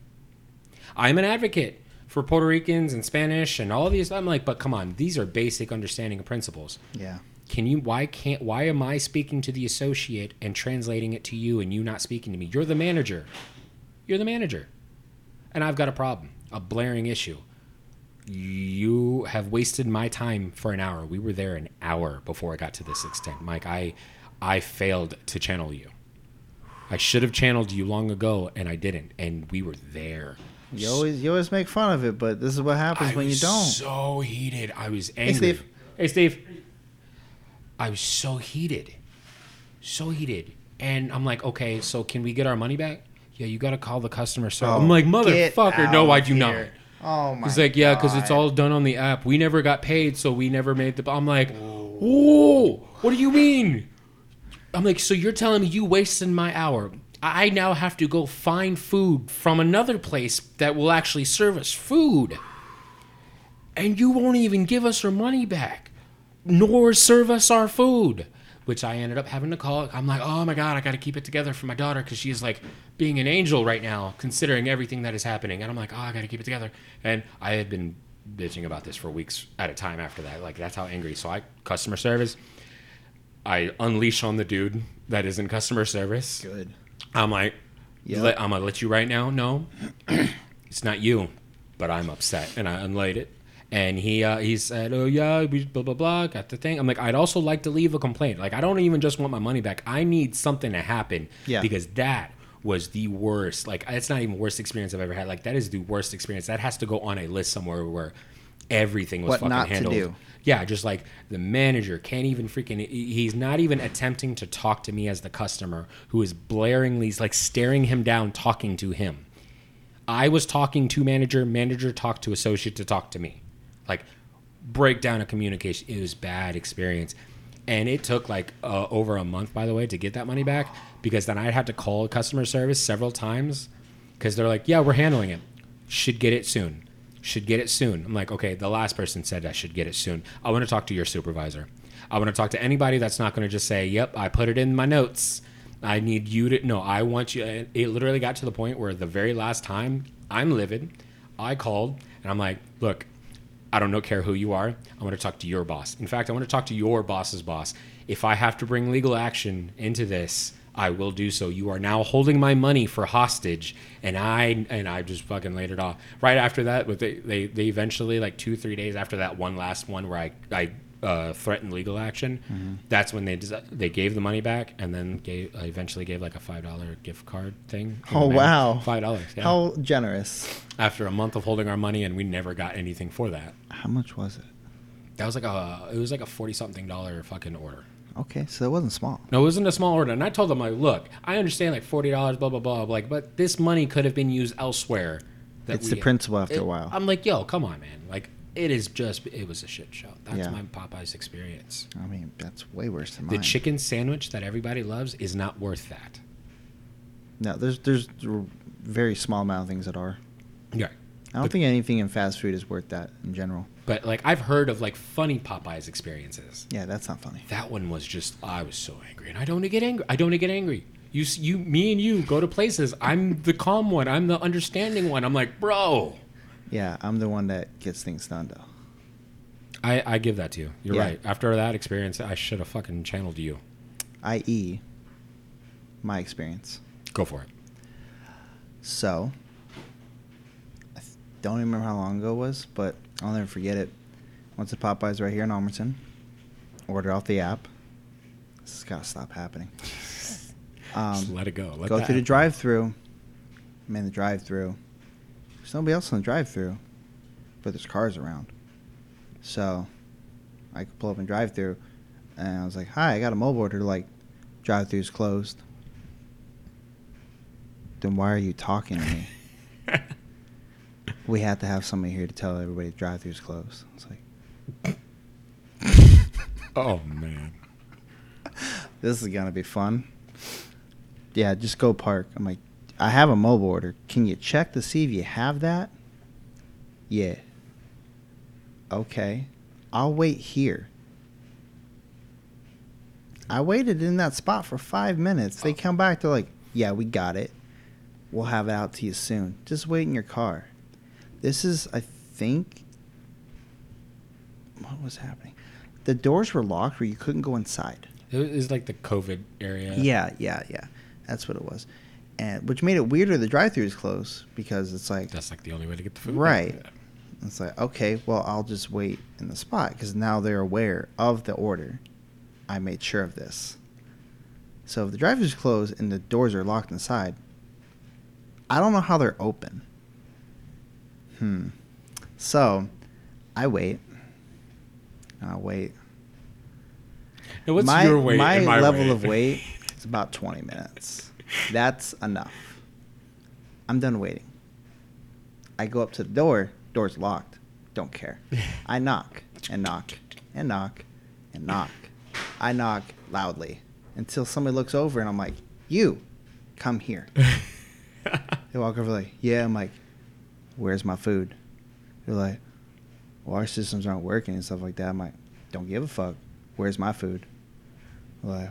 [SPEAKER 1] i'm an advocate for puerto ricans and spanish and all these i'm like but come on these are basic understanding of principles
[SPEAKER 2] Yeah.
[SPEAKER 1] can you why can't why am i speaking to the associate and translating it to you and you not speaking to me you're the manager you're the manager and i've got a problem a blaring issue you have wasted my time for an hour we were there an hour before i got to this extent mike i i failed to channel you i should have channeled you long ago and i didn't and we were there
[SPEAKER 2] You always you always make fun of it, but this is what happens
[SPEAKER 1] I
[SPEAKER 2] when you
[SPEAKER 1] was
[SPEAKER 2] don't.
[SPEAKER 1] So heated. I was angry.
[SPEAKER 2] Steve.
[SPEAKER 1] Hey, Steve. I was so heated. So heated. And I'm like, okay, so can we get our money back? yeah, you got to call the customer service.
[SPEAKER 2] Oh,
[SPEAKER 1] I'm like,
[SPEAKER 2] get
[SPEAKER 1] motherfucker, no,
[SPEAKER 2] out
[SPEAKER 1] I
[SPEAKER 2] of
[SPEAKER 1] do not.
[SPEAKER 2] here. Oh my.
[SPEAKER 1] He's like, yeah, because it's
[SPEAKER 2] God.
[SPEAKER 1] all done on the app. We never got paid, so we never made the. I'm like, whoa, what do you mean? I'm like, so you're telling me you wasted my hour? I now have to go find food from another place that will actually serve us food, and you won't even give us our money back, nor serve us our food. Which I ended up having to call. I'm like, oh my god, I got to keep it together for my daughter because she's like being an angel right now, considering everything that is happening. And I'm like, oh, I got to keep it together. And I had been bitching about this for weeks at a time after that. Like that's how angry. So I customer service. I unleash on the dude that is in customer service.
[SPEAKER 2] Good.
[SPEAKER 1] I'm like,
[SPEAKER 2] Yeah.
[SPEAKER 1] let- I'm gonna let you right now. No, *clears throat* it's not you, but I'm upset, and I unlaid it. And he uh, he said, oh yeah, we blah blah blah, got the thing. I'm like, I'd also like to leave a complaint. Like, I don't even just want my money back. I need something to happen.
[SPEAKER 2] Yeah.
[SPEAKER 1] Because that was the worst. Like, it's not even worst experience I've ever had. Like, that is the worst experience. That has to go on a list somewhere where everything was
[SPEAKER 2] What
[SPEAKER 1] fucking
[SPEAKER 2] not to
[SPEAKER 1] handled.
[SPEAKER 2] do.
[SPEAKER 1] Yeah, just like the manager can't even freaking. he- He's not even attempting to talk to me as the customer who is blaringly he's like staring him down, talking to him. I was talking to manager. Manager talked to associate to talk to me. Like breakdown of communication. It was bad experience, and it took like uh, over a month, by the way, to get that money back because then I had to call customer service several times because they're like, "Yeah, we're handling it. Should get it soon. Should get it soon." I'm like, "Okay." The last person said I should get it soon. I want to talk to your supervisor. I want to talk to anybody that's not going to just say, "Yep, I put it in my notes." I need you to no. I want you. It it literally got to the point where the very last time I'm livid, I called and I'm like, "Look, I don't know care who you are. I want to talk to your boss. In fact, I want to talk to your boss's boss. If I have to bring legal action into this, I will do so. You are now holding my money for hostage, and I and I just fucking laid it off. Right after that, but they they, they eventually like two three days after that one last one where I I uh, threatened legal action.
[SPEAKER 2] Mm-hmm.
[SPEAKER 1] That's when they desi- they gave the money back, and then gave I eventually gave like a five dollar gift card thing.
[SPEAKER 2] Oh, wow.
[SPEAKER 1] five dollars. Yeah.
[SPEAKER 2] How generous.
[SPEAKER 1] After a month of holding our money, and we never got anything for that.
[SPEAKER 2] How much was it?
[SPEAKER 1] That was like a it was like a forty something dollar fucking order.
[SPEAKER 2] Okay, so it wasn't small.
[SPEAKER 1] No, it wasn't a small order. And I told them like, look, I understand like forty dollars, blah blah blah. Like, but this money could have been used elsewhere. That
[SPEAKER 2] It's the principle after a
[SPEAKER 1] It-
[SPEAKER 2] while.
[SPEAKER 1] I'm like, yo, come on, man. Like, it is just it was a shit show. That's
[SPEAKER 2] Yeah.
[SPEAKER 1] my Popeyes experience.
[SPEAKER 2] I mean, that's way worse than
[SPEAKER 1] The
[SPEAKER 2] mine.
[SPEAKER 1] chicken sandwich that everybody loves is not worth that.
[SPEAKER 2] no, there's there's r- very small amount of things that are.
[SPEAKER 1] Yeah.
[SPEAKER 2] I don't think anything in fast food is worth that in general.
[SPEAKER 1] But like I've heard of like funny Popeyes experiences.
[SPEAKER 2] Yeah, that's not funny.
[SPEAKER 1] That one was just I was so angry, and I don't get angry. I don't get angry. You, s- you, me, and you go to places. I'm the calm one. I'm the understanding one. I'm like, bro.
[SPEAKER 2] Yeah, I'm the one that gets things done though.
[SPEAKER 1] I, I give that to you. You're
[SPEAKER 2] Yeah.
[SPEAKER 1] right. After that experience, I should have fucking channeled you.
[SPEAKER 2] I.e., e, my experience.
[SPEAKER 1] Go for it.
[SPEAKER 2] So, I th- don't even remember how long ago it was, but I'll never forget it. Went to Popeyes right here in Almerton. Ordered off the app. This has got to stop happening.
[SPEAKER 1] Just
[SPEAKER 2] *laughs* Um,
[SPEAKER 1] let it go. Let that
[SPEAKER 2] go through the
[SPEAKER 1] happen.
[SPEAKER 2] drive through. I'm in the drive through. There's nobody else in the drive through, but there's cars around. So I could pull up and drive through. And I was like, hi, I got a mobile order. Like, drive through's closed. Then why are you talking to me? we had to have somebody here to tell everybody the drive through's closed. It's like,
[SPEAKER 1] *laughs* *laughs* oh man.
[SPEAKER 2] this is gonna be fun. Yeah, just go park. I'm like, I have a mobile order. Can you check to see if you have that? Yeah. Okay. I'll wait here. I waited in that spot for five minutes. They come back, they're like, Yeah, we got it. We'll have it out to you soon. Just wait in your car. This is I think what was happening? The doors were locked where you couldn't go inside.
[SPEAKER 1] It was, it was like the COVID area.
[SPEAKER 2] Yeah, yeah, yeah. That's what it was, and which made it weirder. The drive-through is closed because it's like
[SPEAKER 1] That's like the only way to get the food.
[SPEAKER 2] right. It's like okay, well, I'll just wait in the spot because now they're aware of the order. I made sure of this. So if the drive-through is closed and the doors are locked inside, I don't know how they're open. Hmm. So, I wait. I wait.
[SPEAKER 1] Now, what's your weight?
[SPEAKER 2] My
[SPEAKER 1] and my *laughs*
[SPEAKER 2] *laughs* level
[SPEAKER 1] weight?
[SPEAKER 2] of weight is about 20 minutes. That's enough. I'm done waiting. I go up to the door. Door's locked. Don't care. I knock and knock and knock and knock. I knock loudly until somebody looks over and I'm like, "You, come here." They walk over like, "Yeah." I'm like, "Where's my food?" They're like, "Well, our systems aren't working and stuff like that." I'm like, "Don't give a fuck. Where's my food?" They're like,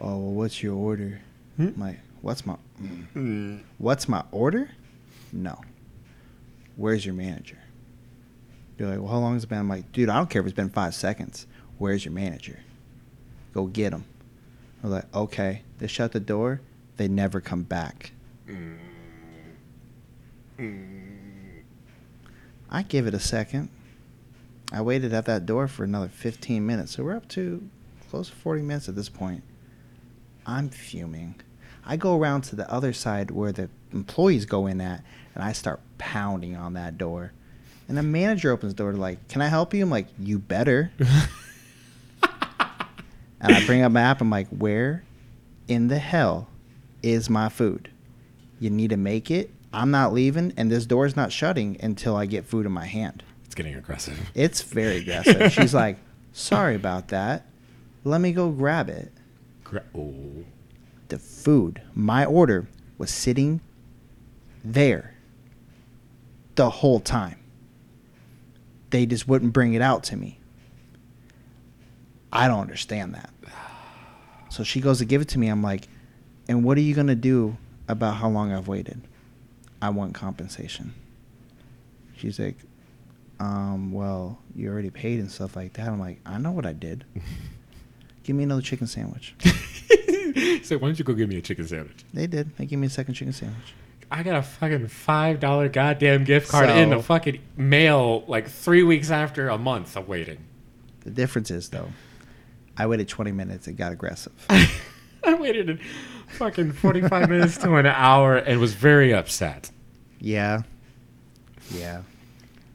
[SPEAKER 2] "Oh, well, what's your order?"
[SPEAKER 1] Hmm?
[SPEAKER 2] I'm like, "What's my mm. what's my order?" No. Where's your manager? You're like, well, how long has it been? I'm like, dude, I don't care if it's been five seconds. Where's your manager? Go get him. They're like, okay. They shut the door. They never come back.
[SPEAKER 1] mm.
[SPEAKER 2] I give it a second. I waited at that door for another 15 minutes. So we're up to close to 40 minutes at this point. I'm fuming. I go around to the other side where the employees go in at, and I start pounding on that door. And the manager opens the door, like, Can I help you? I'm like, You better. and I bring up my app. I'm like, Where in the hell is my food? You need to make it. I'm not leaving, and this door's not shutting until I get food in my hand.
[SPEAKER 1] It's getting aggressive.
[SPEAKER 2] It's very aggressive. She's like, Sorry about that. Let me go grab it.
[SPEAKER 1] *laughs* Gra- oh. *laughs*
[SPEAKER 2] The food, my order, was sitting there the whole time. They just wouldn't bring it out to me. I don't understand that. So she goes to give it to me. I'm like, and what are you going to do about how long I've waited? I want compensation. She's like, um, well, you already paid and stuff like that. I'm like, I know what I did. Give me another chicken sandwich.
[SPEAKER 1] so why don't you go give me a chicken sandwich?
[SPEAKER 2] They did. They gave me a second chicken sandwich.
[SPEAKER 1] I got a fucking five dollar goddamn gift card
[SPEAKER 2] So-
[SPEAKER 1] in the fucking mail like three weeks after a month of
[SPEAKER 2] *laughs*
[SPEAKER 1] waiting.
[SPEAKER 2] The difference is though, I waited 20 minutes. It
[SPEAKER 1] *laughs*
[SPEAKER 2] got aggressive.
[SPEAKER 1] I waited in fucking forty five minutes to an hour and was very upset.
[SPEAKER 2] yeah, yeah.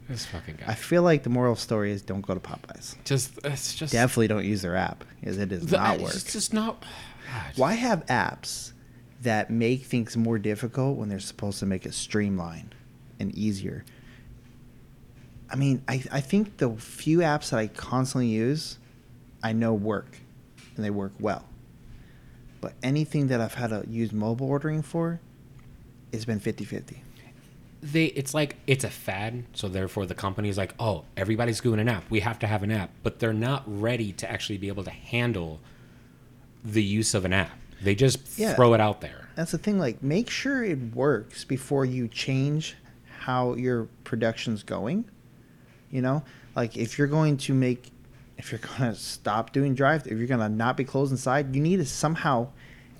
[SPEAKER 1] This fucking guy.
[SPEAKER 2] I feel like the moral story is don't go to Popeyes.
[SPEAKER 1] just it's just
[SPEAKER 2] Definitely don't use their app, because it does
[SPEAKER 1] the-
[SPEAKER 2] not
[SPEAKER 1] it's
[SPEAKER 2] work.
[SPEAKER 1] just- just not. *sighs* God,
[SPEAKER 2] Why have apps that make things more difficult when they're supposed to make it streamlined and easier? I mean, I, I think the few apps that I constantly use, I know work and they work well. But anything that I've had to use mobile ordering for, it's been 50 50.
[SPEAKER 1] they it's like it's a fad so therefore the company's like oh everybody's doing an app we have to have an app but they're not ready to actually be able to handle the use of an app they just
[SPEAKER 2] Yeah.
[SPEAKER 1] throw it out there
[SPEAKER 2] That's the thing, like, make sure it works before you change how your production's going. You know, like if you're going to make, if you're *laughs* going to stop doing drive, if you're going to not be closed inside, you need to somehow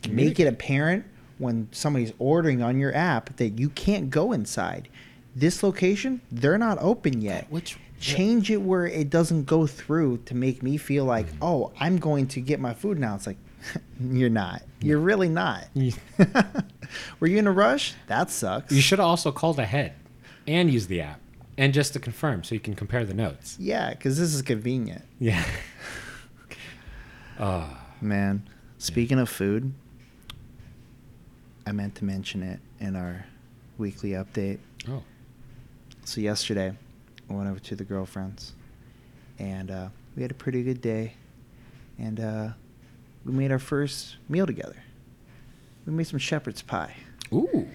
[SPEAKER 2] make it apparent when somebody's ordering on your app that you can't go inside. This location, they're not open yet.
[SPEAKER 1] which
[SPEAKER 2] Change it where it doesn't go through to make me feel like,
[SPEAKER 1] Mm-hmm.
[SPEAKER 2] oh, I'm going to get my food now. It's like, *laughs* you're not. You're
[SPEAKER 1] *laughs*
[SPEAKER 2] really not. *laughs* Were you in a rush? That sucks.
[SPEAKER 1] you should have also called ahead and use the app and just to confirm so you can compare the notes
[SPEAKER 2] Yeah, because this is convenient.
[SPEAKER 1] yeah *laughs* uh,
[SPEAKER 2] Man, speaking of food, I meant to mention it in our weekly update.
[SPEAKER 1] oh
[SPEAKER 2] So yesterday, I went over to the girlfriend's, and uh, we had a pretty good day, and uh, we made our first meal together. We made some shepherd's pie,
[SPEAKER 1] ooh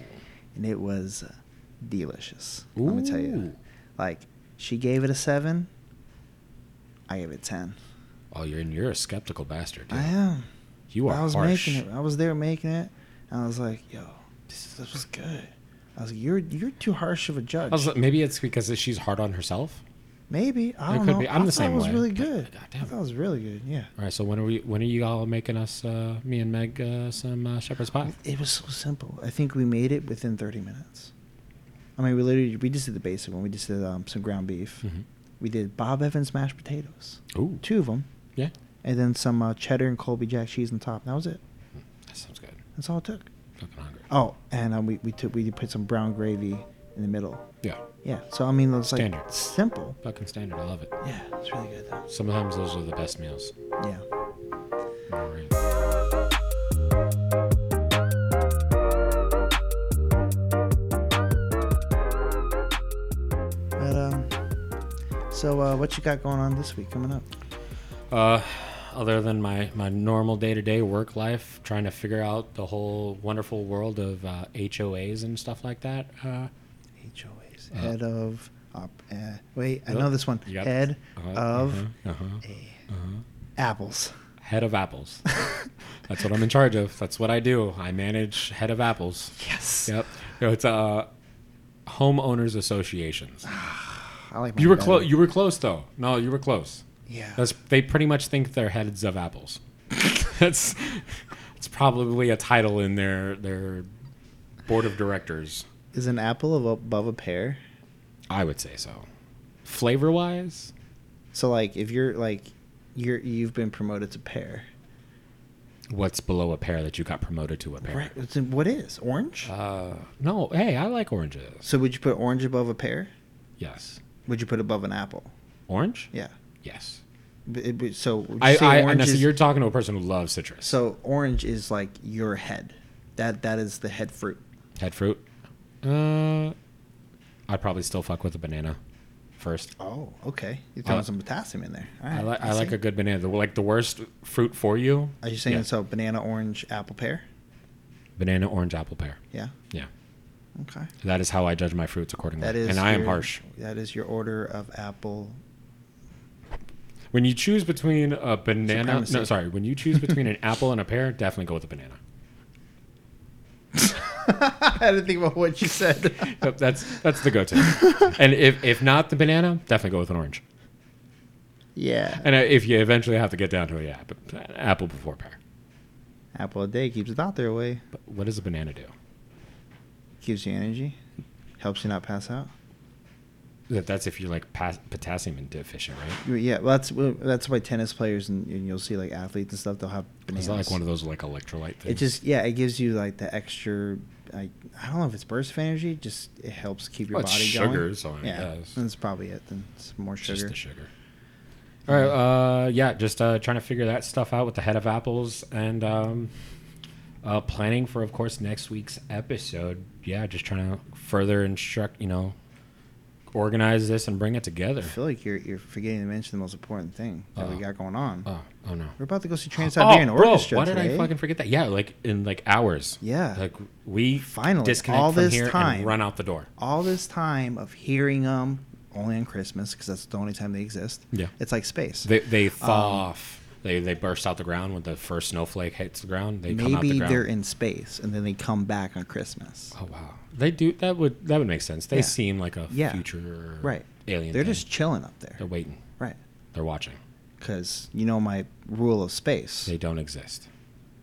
[SPEAKER 2] and it was uh, delicious. Let me tell you,
[SPEAKER 1] Ooh.
[SPEAKER 2] like she gave it a seven, I gave it ten.
[SPEAKER 1] oh you're and you're a skeptical bastard dude.
[SPEAKER 2] I am.
[SPEAKER 1] you are
[SPEAKER 2] I was
[SPEAKER 1] harsh.
[SPEAKER 2] making it. I was there making it, and I was like, "Yo, this, this was good." I was like, "You're you're too harsh of a judge."
[SPEAKER 1] I was like, maybe it's because she's hard on herself
[SPEAKER 2] Maybe I
[SPEAKER 1] It
[SPEAKER 2] don't
[SPEAKER 1] could
[SPEAKER 2] know.
[SPEAKER 1] be. I'm
[SPEAKER 2] I
[SPEAKER 1] the
[SPEAKER 2] thought
[SPEAKER 1] same
[SPEAKER 2] It was
[SPEAKER 1] way,
[SPEAKER 2] really
[SPEAKER 1] but-
[SPEAKER 2] good.
[SPEAKER 1] God
[SPEAKER 2] I
[SPEAKER 1] damn
[SPEAKER 2] thought it was really good. Yeah.
[SPEAKER 1] All right, so when are we? When are you all making us, uh, me and Meg, uh, some uh, shepherd's pie?
[SPEAKER 2] It was so simple. I think we made it within 30 minutes. I mean, we literally we just did the basic one. We just did um, some ground beef.
[SPEAKER 1] Mhm.
[SPEAKER 2] We did Bob Evans mashed potatoes,
[SPEAKER 1] Ooh,
[SPEAKER 2] two of them,
[SPEAKER 1] yeah,
[SPEAKER 2] and then some uh, cheddar and Colby Jack cheese on top. That was it.
[SPEAKER 1] that sounds good.
[SPEAKER 2] That's all it took.
[SPEAKER 1] Fucking hungry.
[SPEAKER 2] Oh, and um, we we took we put some brown gravy in the middle.
[SPEAKER 1] Yeah,
[SPEAKER 2] Yeah. So I mean, it was like
[SPEAKER 1] Standard.
[SPEAKER 2] simple.
[SPEAKER 1] fucking standard. I love it.
[SPEAKER 2] Yeah, it's really good though.
[SPEAKER 1] Sometimes those are the best meals.
[SPEAKER 2] Yeah.
[SPEAKER 1] All right.
[SPEAKER 2] But um, so uh, what you got going on this week coming up?
[SPEAKER 1] Uh, other than my, my normal day to day work life, trying to figure out the whole wonderful world of uh, HOAs and stuff like that. Uh,
[SPEAKER 2] HOAs.
[SPEAKER 1] Uh,
[SPEAKER 2] head of. Op- uh, wait, I
[SPEAKER 1] Yep.
[SPEAKER 2] know this one.
[SPEAKER 1] You got
[SPEAKER 2] Head
[SPEAKER 1] uh,
[SPEAKER 2] of
[SPEAKER 1] uh-huh, uh-huh,
[SPEAKER 2] a-
[SPEAKER 1] uh-huh.
[SPEAKER 2] apples.
[SPEAKER 1] head of *laughs* apples. That's what I'm in charge of. That's what I do. I manage head of apples.
[SPEAKER 2] Yes.
[SPEAKER 1] Yep. No, it's uh, homeowners associations.
[SPEAKER 2] I like.
[SPEAKER 1] You
[SPEAKER 2] mine
[SPEAKER 1] were
[SPEAKER 2] better.
[SPEAKER 1] close. You were close though. No, you were close.
[SPEAKER 2] Yeah.
[SPEAKER 1] That's they pretty much think they're heads of apples. *laughs* That's it's probably a title in their their board of directors.
[SPEAKER 2] Is an apple ab- above a pear?
[SPEAKER 1] I would say so. Flavor wise,
[SPEAKER 2] So like, if you're like, you're you've been promoted to pear.
[SPEAKER 1] what's below a pear that you got promoted to a pear?
[SPEAKER 2] Right. It's in- what is orange?
[SPEAKER 1] Uh, no. Hey, I like oranges.
[SPEAKER 2] so would you put orange above a pear?
[SPEAKER 1] Yes.
[SPEAKER 2] Would you put above an apple?
[SPEAKER 1] Orange?
[SPEAKER 2] Yeah.
[SPEAKER 1] Yes.
[SPEAKER 2] B- it- b- so would you
[SPEAKER 1] I,
[SPEAKER 2] say
[SPEAKER 1] I,
[SPEAKER 2] orange
[SPEAKER 1] I so
[SPEAKER 2] is-
[SPEAKER 1] you're talking to a person who loves citrus.
[SPEAKER 2] so orange is like your head. That that is the head fruit.
[SPEAKER 1] head fruit. Uh, I'd probably still fuck with a banana first.
[SPEAKER 2] Oh, okay. You're throwing
[SPEAKER 1] Uh,
[SPEAKER 2] some potassium in there. All
[SPEAKER 1] I
[SPEAKER 2] right,
[SPEAKER 1] like I like
[SPEAKER 2] see.
[SPEAKER 1] a good banana. The, like the worst fruit for you,
[SPEAKER 2] Are you saying
[SPEAKER 1] Yeah.
[SPEAKER 2] so? Banana, orange, apple, pear.
[SPEAKER 1] banana, orange, apple, pear.
[SPEAKER 2] Yeah.
[SPEAKER 1] Yeah,
[SPEAKER 2] Okay.
[SPEAKER 1] that is how I judge my fruits accordingly.
[SPEAKER 2] That is.
[SPEAKER 1] and I am
[SPEAKER 2] your-
[SPEAKER 1] harsh.
[SPEAKER 2] That is your order of apple. *laughs*
[SPEAKER 1] When you choose between a banana, no,
[SPEAKER 2] Supremacy.
[SPEAKER 1] sorry, when you choose between
[SPEAKER 2] *laughs*
[SPEAKER 1] an apple and a pear, definitely go with a banana.
[SPEAKER 2] I had to think about what you said.
[SPEAKER 1] *laughs* Yep, that's that's the go-to. and if if not the banana, definitely go with an orange.
[SPEAKER 2] *laughs* yeah.
[SPEAKER 1] And uh, if you eventually have to get down to a yeah, but, uh, apple before pear.
[SPEAKER 2] Apple a day keeps the doctor away.
[SPEAKER 1] But what does a banana do?
[SPEAKER 2] Gives you energy. Helps you not pass out.
[SPEAKER 1] That that's if you're like pas- potassium deficient, right?
[SPEAKER 2] Yeah, well, that's well, that's why tennis players and, and you'll see like athletes and stuff. They'll have bananas.
[SPEAKER 1] Is that like one of those like electrolyte things?
[SPEAKER 2] It just yeah, it gives you like the extra. Like, I don't know if it's burst of energy. Just it helps keep your
[SPEAKER 1] Well, it's
[SPEAKER 2] body
[SPEAKER 1] sugar,
[SPEAKER 2] going.
[SPEAKER 1] so I
[SPEAKER 2] yeah,
[SPEAKER 1] guess.
[SPEAKER 2] that's probably it. Then it's more
[SPEAKER 1] It's
[SPEAKER 2] sugar.
[SPEAKER 1] just the sugar. All right, uh, yeah, just uh, trying to figure that stuff out with the head of apples and um, uh, planning for, of course, next week's episode. Yeah, just trying to further instruct, you know, organize this and bring it together.
[SPEAKER 2] I feel like you're you're forgetting to mention the most important thing that we
[SPEAKER 1] Uh,
[SPEAKER 2] got going on.
[SPEAKER 1] Oh, oh no.
[SPEAKER 2] We're about to go see Trans
[SPEAKER 1] Oh,
[SPEAKER 2] Siberian
[SPEAKER 1] bro,
[SPEAKER 2] Orchestra
[SPEAKER 1] why did
[SPEAKER 2] today.
[SPEAKER 1] I fucking forget that? Yeah, like in like hours.
[SPEAKER 2] Yeah.
[SPEAKER 1] Like we
[SPEAKER 2] Finally,
[SPEAKER 1] disconnect
[SPEAKER 2] all
[SPEAKER 1] from
[SPEAKER 2] this
[SPEAKER 1] here
[SPEAKER 2] time.
[SPEAKER 1] and run out the door.
[SPEAKER 2] All this time of hearing them only on Christmas because that's the only time they exist.
[SPEAKER 1] Yeah.
[SPEAKER 2] it's like space. Um,
[SPEAKER 1] They they thaw off. They they burst out the ground when the first snowflake hits the ground. They come out the
[SPEAKER 2] Maybe
[SPEAKER 1] ground.
[SPEAKER 2] they're in space and then they come back on Christmas.
[SPEAKER 1] oh wow, they do that would that would make sense. They
[SPEAKER 2] Yeah.
[SPEAKER 1] seem like a
[SPEAKER 2] Yeah.
[SPEAKER 1] future
[SPEAKER 2] Right.
[SPEAKER 1] alien.
[SPEAKER 2] They're
[SPEAKER 1] thing.
[SPEAKER 2] just chilling up there.
[SPEAKER 1] they're waiting.
[SPEAKER 2] Right.
[SPEAKER 1] They're watching.
[SPEAKER 2] Because you know my rule of space.
[SPEAKER 1] They don't exist.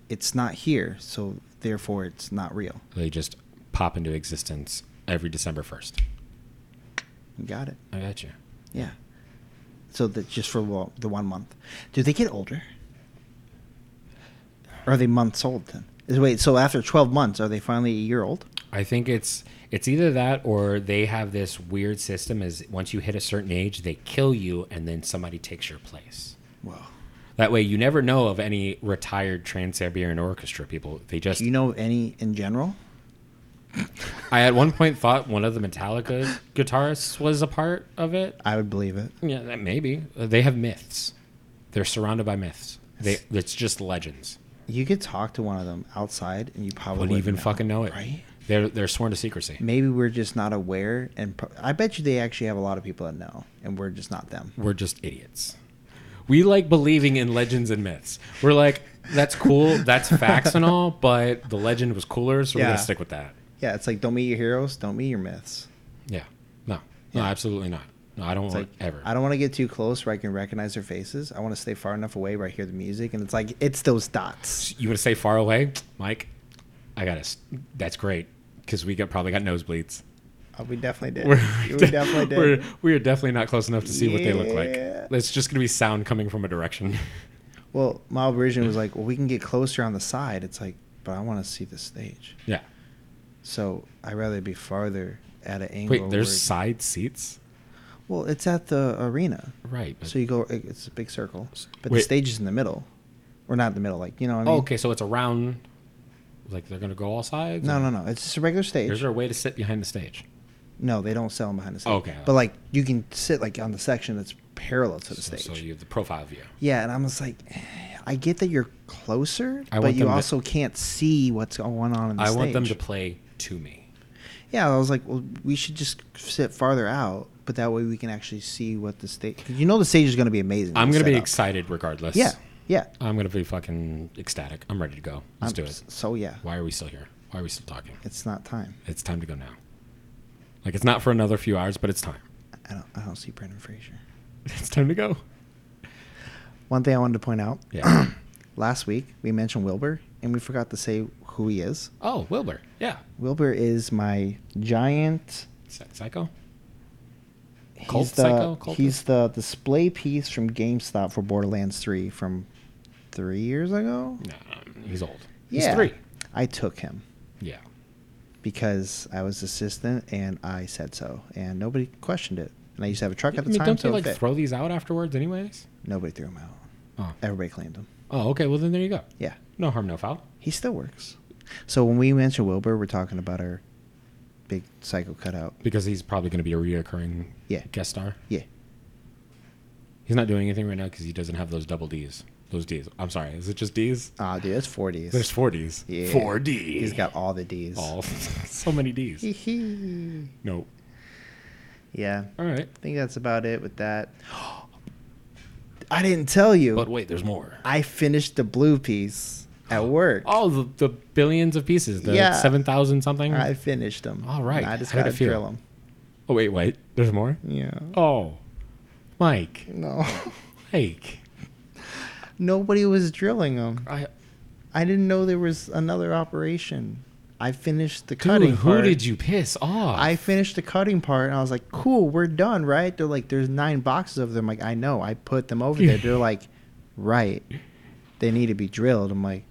[SPEAKER 2] It's not here, so therefore it's not real.
[SPEAKER 1] They just pop into existence every December first.
[SPEAKER 2] You got it.
[SPEAKER 1] I got you.
[SPEAKER 2] Yeah. So that's just for well, the one month. Do they get older? Or are they months old then? Is- Wait, so after 12 months, are they finally a year old?
[SPEAKER 1] I think it's it's either that or they have this weird system. Is once you hit a certain age, they kill you, and then somebody takes your place.
[SPEAKER 2] Whoa.
[SPEAKER 1] That way, you never know of any retired Trans Siberian Orchestra people. They just
[SPEAKER 2] Do you know any in general?
[SPEAKER 1] I at one point thought one of the Metallica guitarists was a part of it.
[SPEAKER 2] I would believe it.
[SPEAKER 1] Yeah, that maybe Uh, they have myths. They're surrounded by myths. They it's just legends.
[SPEAKER 2] You could talk to one of them outside and you probably
[SPEAKER 1] Wouldn't even
[SPEAKER 2] know,
[SPEAKER 1] fucking know it.
[SPEAKER 2] Right?
[SPEAKER 1] They're they're sworn to secrecy.
[SPEAKER 2] Maybe we're just not aware. And pro- I bet you they actually have a lot of people that know, and we're just not them.
[SPEAKER 1] We're just idiots. We like believing in legends and myths. We're like, that's cool,
[SPEAKER 2] *laughs*
[SPEAKER 1] that's facts and all, but the legend was cooler, so we're
[SPEAKER 2] Yeah.
[SPEAKER 1] gonna stick with that.
[SPEAKER 2] Yeah, it's like don't meet your heroes, don't meet your myths.
[SPEAKER 1] Yeah. No. No, absolutely not. No, I don't
[SPEAKER 2] It's
[SPEAKER 1] want
[SPEAKER 2] like
[SPEAKER 1] ever.
[SPEAKER 2] I don't want to get too close where I can recognize their faces. I want to stay far enough away where I hear the music, and it's like it's those dots.
[SPEAKER 1] you want to say far away, Mike? I got to. That's great because we got probably got nosebleeds.
[SPEAKER 2] Oh, we definitely
[SPEAKER 1] *laughs*
[SPEAKER 2] did.
[SPEAKER 1] We're,
[SPEAKER 2] we definitely did.
[SPEAKER 1] We're, we are definitely not close enough to see what they look
[SPEAKER 2] Yeah.
[SPEAKER 1] like. It's just gonna be sound coming from a direction. *laughs*
[SPEAKER 2] Well, my Bridgen was like, well, we can get closer on the side. It's like, but I want to see the stage,
[SPEAKER 1] yeah.
[SPEAKER 2] so I'd rather be farther at an angle.
[SPEAKER 1] Wait, there's
[SPEAKER 2] where-
[SPEAKER 1] side seats.
[SPEAKER 2] well, it's at the arena,
[SPEAKER 1] Right. but-
[SPEAKER 2] so you go. it- It's a big circle, but
[SPEAKER 1] Wait.
[SPEAKER 2] the stage is in the middle, or not in the middle. Like you know what I mean?
[SPEAKER 1] oh, okay, so it's a round. Like they're gonna go all sides.
[SPEAKER 2] No,
[SPEAKER 1] or-
[SPEAKER 2] no, no. It's just a regular stage.
[SPEAKER 1] Is there a way to sit behind the stage?
[SPEAKER 2] No, they don't sell them behind the stage.
[SPEAKER 1] Okay.
[SPEAKER 2] But like you can sit like on the section that's parallel to the
[SPEAKER 1] So,
[SPEAKER 2] stage.
[SPEAKER 1] so you have the profile view.
[SPEAKER 2] yeah, and I'm just like, eh, I get that you're closer,
[SPEAKER 1] I
[SPEAKER 2] but
[SPEAKER 1] want them
[SPEAKER 2] you
[SPEAKER 1] to-
[SPEAKER 2] also can't see what's going on in the
[SPEAKER 1] I
[SPEAKER 2] stage.
[SPEAKER 1] want them to play to me.
[SPEAKER 2] Yeah, I was like, well, we should just sit farther out, but that way we can actually see what the stage. You know, the stage is going to be amazing.
[SPEAKER 1] I'm
[SPEAKER 2] when
[SPEAKER 1] gonna
[SPEAKER 2] it's
[SPEAKER 1] be
[SPEAKER 2] set up.
[SPEAKER 1] excited regardless.
[SPEAKER 2] Yeah, yeah.
[SPEAKER 1] I'm gonna be fucking ecstatic. I'm ready to go. Let's
[SPEAKER 2] I'm-
[SPEAKER 1] do it.
[SPEAKER 2] So yeah,
[SPEAKER 1] Why are we still here? Why are we still talking?
[SPEAKER 2] it's not time.
[SPEAKER 1] It's time to go now. Like it's not for another few hours, but it's time.
[SPEAKER 2] I don't. I don't see Brendan Fraser.
[SPEAKER 1] *laughs* It's time to go.
[SPEAKER 2] One thing I wanted to point out.
[SPEAKER 1] *clears throat* Yeah.
[SPEAKER 2] Last week we mentioned Wilbur, and we forgot to say who he is.
[SPEAKER 1] oh, Wilbur. Yeah.
[SPEAKER 2] Wilbur is my giant.
[SPEAKER 1] Psy- Psycho. Cult
[SPEAKER 2] He's
[SPEAKER 1] psycho?
[SPEAKER 2] the,
[SPEAKER 1] Cultist?
[SPEAKER 2] he's the display piece from GameStop for Borderlands 3 from three years ago.
[SPEAKER 1] No, he's old.
[SPEAKER 2] Yeah.
[SPEAKER 1] He's three.
[SPEAKER 2] I took him
[SPEAKER 1] Yeah.
[SPEAKER 2] because I was assistant and I said so, and nobody questioned it. And I used to have a truck at the
[SPEAKER 1] I mean,
[SPEAKER 2] time,
[SPEAKER 1] don't they
[SPEAKER 2] so it
[SPEAKER 1] like
[SPEAKER 2] fit.
[SPEAKER 1] throw these out afterwards, anyways?
[SPEAKER 2] nobody threw him out.
[SPEAKER 1] Oh.
[SPEAKER 2] Everybody claimed him.
[SPEAKER 1] Oh, okay. Well, then there you go.
[SPEAKER 2] Yeah,
[SPEAKER 1] No harm, no foul.
[SPEAKER 2] he still works. So when we mention Wilbur, we're talking about our big psycho cutout.
[SPEAKER 1] Because he's probably going to be a reoccurring
[SPEAKER 2] Yeah.
[SPEAKER 1] guest star.
[SPEAKER 2] Yeah,
[SPEAKER 1] He's not doing anything right now because he doesn't have those double D's. Those D's. I'm sorry. Is it just D's?
[SPEAKER 2] ah, dude, that's 40s.
[SPEAKER 1] There's four D's.
[SPEAKER 2] Yeah.
[SPEAKER 1] Four D's.
[SPEAKER 2] He's got all the D's.
[SPEAKER 1] all *laughs* so many D's. No.
[SPEAKER 2] yeah.
[SPEAKER 1] All right.
[SPEAKER 2] I think that's about it
[SPEAKER 1] *gasps*
[SPEAKER 2] with that. I didn't tell you.
[SPEAKER 1] But wait, there's more.
[SPEAKER 2] I finished the blue piece
[SPEAKER 1] *gasps*
[SPEAKER 2] at work.
[SPEAKER 1] Oh, the, the billions of pieces. The
[SPEAKER 2] Yeah.
[SPEAKER 1] 7,000 something.
[SPEAKER 2] I finished them.
[SPEAKER 1] All right.
[SPEAKER 2] I just
[SPEAKER 1] How did
[SPEAKER 2] gotta
[SPEAKER 1] it feel?
[SPEAKER 2] drill them.
[SPEAKER 1] Oh, wait, wait. There's more?
[SPEAKER 2] Yeah.
[SPEAKER 1] Oh. Mike.
[SPEAKER 2] No. *laughs*
[SPEAKER 1] Mike.
[SPEAKER 2] Nobody was drilling them.
[SPEAKER 1] I,
[SPEAKER 2] I didn't know there was another operation. I finished the cutting
[SPEAKER 1] dude, who
[SPEAKER 2] part.
[SPEAKER 1] did you piss off?
[SPEAKER 2] I finished the cutting part and I was like, cool, we're done, right? They're like, there's nine boxes of them. Like, I know, I put them over there. They're
[SPEAKER 1] *laughs*
[SPEAKER 2] like, right, they need to be drilled. I'm like,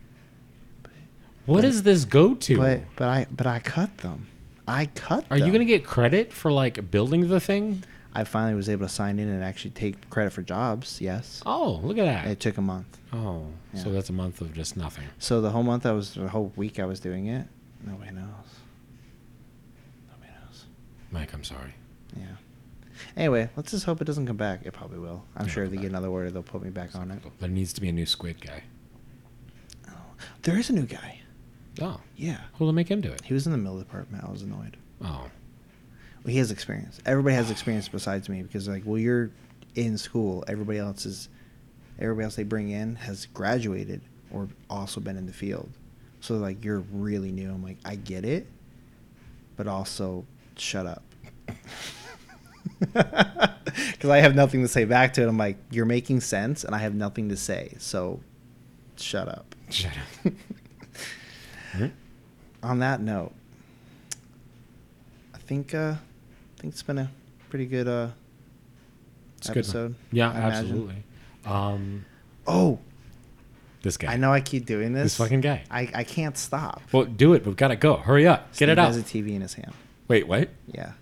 [SPEAKER 1] what does this go to?
[SPEAKER 2] But but I but I cut them. I cut.
[SPEAKER 1] Are you
[SPEAKER 2] them.
[SPEAKER 1] going to get credit for like building the thing?
[SPEAKER 2] I finally was able to sign in and actually take credit for jobs. Yes,
[SPEAKER 1] Oh, look at that.
[SPEAKER 2] it took a month.
[SPEAKER 1] oh, so
[SPEAKER 2] Yeah.
[SPEAKER 1] that's a month of just nothing.
[SPEAKER 2] So the whole month I was the whole week I was doing it. Nobody knows. Nobody knows.
[SPEAKER 1] Mike, I'm sorry.
[SPEAKER 2] Yeah. Anyway, let's just hope it doesn't come back. It probably will. I'm
[SPEAKER 1] It'll
[SPEAKER 2] sure if
[SPEAKER 1] come
[SPEAKER 2] they get
[SPEAKER 1] back.
[SPEAKER 2] another order, they'll put me back on it.
[SPEAKER 1] There needs to be a new squid guy.
[SPEAKER 2] Oh. There is a new guy.
[SPEAKER 1] Oh,
[SPEAKER 2] Yeah.
[SPEAKER 1] who'll make him do it?
[SPEAKER 2] He was in the middle department. I was annoyed.
[SPEAKER 1] Oh,
[SPEAKER 2] Well, he has experience. Everybody has experience besides me because, like, well, you're in school. Everybody else is, everybody else they bring in has graduated or also been in the field. So, like, you're really new. I'm like, I get it, but also shut up. *laughs* Because I have nothing to say back to it. I'm like, you're making sense, and I have nothing to say. So, shut up.
[SPEAKER 1] shut
[SPEAKER 2] *laughs*
[SPEAKER 1] up. Hmm?
[SPEAKER 2] on that note, I think uh, I think it's been a pretty good uh,
[SPEAKER 1] It's good.
[SPEAKER 2] episode.
[SPEAKER 1] Yeah,
[SPEAKER 2] I imagine.
[SPEAKER 1] absolutely. Um,
[SPEAKER 2] Oh,
[SPEAKER 1] this guy.
[SPEAKER 2] I know I keep doing this.
[SPEAKER 1] This fucking guy.
[SPEAKER 2] I, I can't stop.
[SPEAKER 1] Well, do it. We've got to go. Hurry up. Get
[SPEAKER 2] Steve
[SPEAKER 1] it out.
[SPEAKER 2] Has a TV in his hand.
[SPEAKER 1] Wait, what?
[SPEAKER 2] Yeah,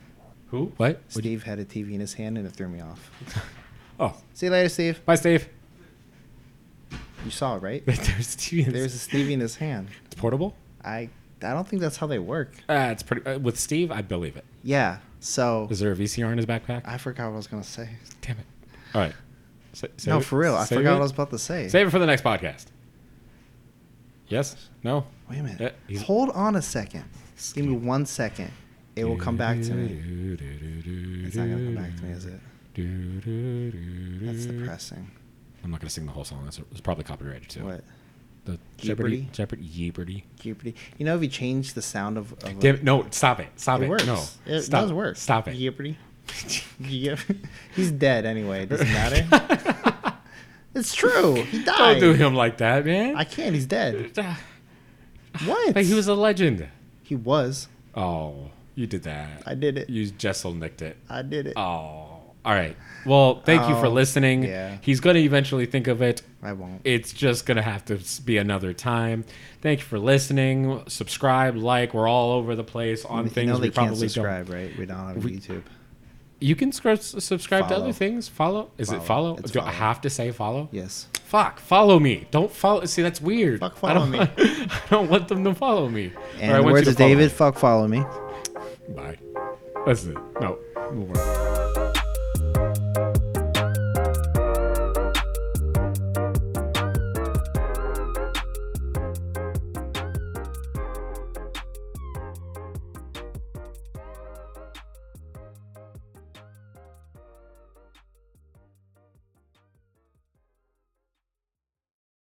[SPEAKER 1] Who? What? What'd you-
[SPEAKER 2] Steve had a TV in his hand and it threw me off.
[SPEAKER 1] *laughs* Oh,
[SPEAKER 2] See you later, Steve.
[SPEAKER 1] bye, Steve. *laughs*
[SPEAKER 2] You saw it, right?
[SPEAKER 1] There's Steve.
[SPEAKER 2] There's a Stevie in his hand.
[SPEAKER 1] It's portable.
[SPEAKER 2] I I don't think that's how they work.
[SPEAKER 1] Uh, it's pretty. Uh, with Steve, I believe it.
[SPEAKER 2] Yeah. So
[SPEAKER 1] Is there a VCR in his backpack?
[SPEAKER 2] I forgot what I was gonna say.
[SPEAKER 1] Damn it. All right. Sa- save
[SPEAKER 2] no,
[SPEAKER 1] it-
[SPEAKER 2] for real. I
[SPEAKER 1] save
[SPEAKER 2] forgot
[SPEAKER 1] it?
[SPEAKER 2] what I was about to say.
[SPEAKER 1] Save it for the next podcast. Yes? No?
[SPEAKER 2] Wait a
[SPEAKER 1] Yeah,
[SPEAKER 2] minute.
[SPEAKER 1] he's-
[SPEAKER 2] Hold on a second. Give me one second. It will come back to me. It's not gonna come back to
[SPEAKER 1] *laughs*
[SPEAKER 2] me, is it? That's depressing.
[SPEAKER 1] I'm not gonna sing the whole song. That's it's probably copyrighted too.
[SPEAKER 2] What?
[SPEAKER 1] The Jeopardy.
[SPEAKER 2] Jeopardy?
[SPEAKER 1] Jeopardy. Jeopardy.
[SPEAKER 2] Jeopardy. You know, if you change the sound of, of a-
[SPEAKER 1] Damn it! No, stop it! Stop it!
[SPEAKER 2] it works.
[SPEAKER 1] No,
[SPEAKER 2] it
[SPEAKER 1] stop.
[SPEAKER 2] does work.
[SPEAKER 1] Stop *laughs* it!
[SPEAKER 2] Jeopardy. Yep. *laughs* He's dead anyway. It doesn't
[SPEAKER 1] *laughs*
[SPEAKER 2] matter. it's true. He
[SPEAKER 1] Don't
[SPEAKER 2] died.
[SPEAKER 1] do him like that, man.
[SPEAKER 2] I can't. He's
[SPEAKER 1] *laughs*
[SPEAKER 2] dead.
[SPEAKER 1] Ah, *sighs*
[SPEAKER 2] What?
[SPEAKER 1] Like he was a legend.
[SPEAKER 2] He was.
[SPEAKER 1] Oh, you did that.
[SPEAKER 2] I did it.
[SPEAKER 1] You Jessel nicked it.
[SPEAKER 2] I did it.
[SPEAKER 1] Oh, all right. Well, thank you for
[SPEAKER 2] Oh,
[SPEAKER 1] listening.
[SPEAKER 2] yeah.
[SPEAKER 1] He's gonna eventually think of it.
[SPEAKER 2] I won't.
[SPEAKER 1] It's just going to have to be another time. Thank you for listening. Subscribe, like. We're all over the place on
[SPEAKER 2] you
[SPEAKER 1] things
[SPEAKER 2] know they
[SPEAKER 1] we
[SPEAKER 2] can't
[SPEAKER 1] probably
[SPEAKER 2] subscribe,
[SPEAKER 1] don't.
[SPEAKER 2] right? We don't have
[SPEAKER 1] We-
[SPEAKER 2] YouTube.
[SPEAKER 1] You can scr- subscribe to
[SPEAKER 2] Follow.
[SPEAKER 1] other things. Follow. Is it
[SPEAKER 2] Follow.
[SPEAKER 1] follow?
[SPEAKER 2] It's
[SPEAKER 1] Do I
[SPEAKER 2] follow.
[SPEAKER 1] have to say follow?
[SPEAKER 2] Yes.
[SPEAKER 1] Fuck. Follow me. Don't follow. See, that's weird.
[SPEAKER 2] Fuck
[SPEAKER 1] *laughs* I don't,
[SPEAKER 2] follow me.
[SPEAKER 1] I don't want them to follow me. Or I
[SPEAKER 2] And the
[SPEAKER 1] want you
[SPEAKER 2] words
[SPEAKER 1] to
[SPEAKER 2] of
[SPEAKER 1] follow
[SPEAKER 2] David,
[SPEAKER 1] me.
[SPEAKER 2] fuck follow me.
[SPEAKER 1] Bye. That's it. No. More.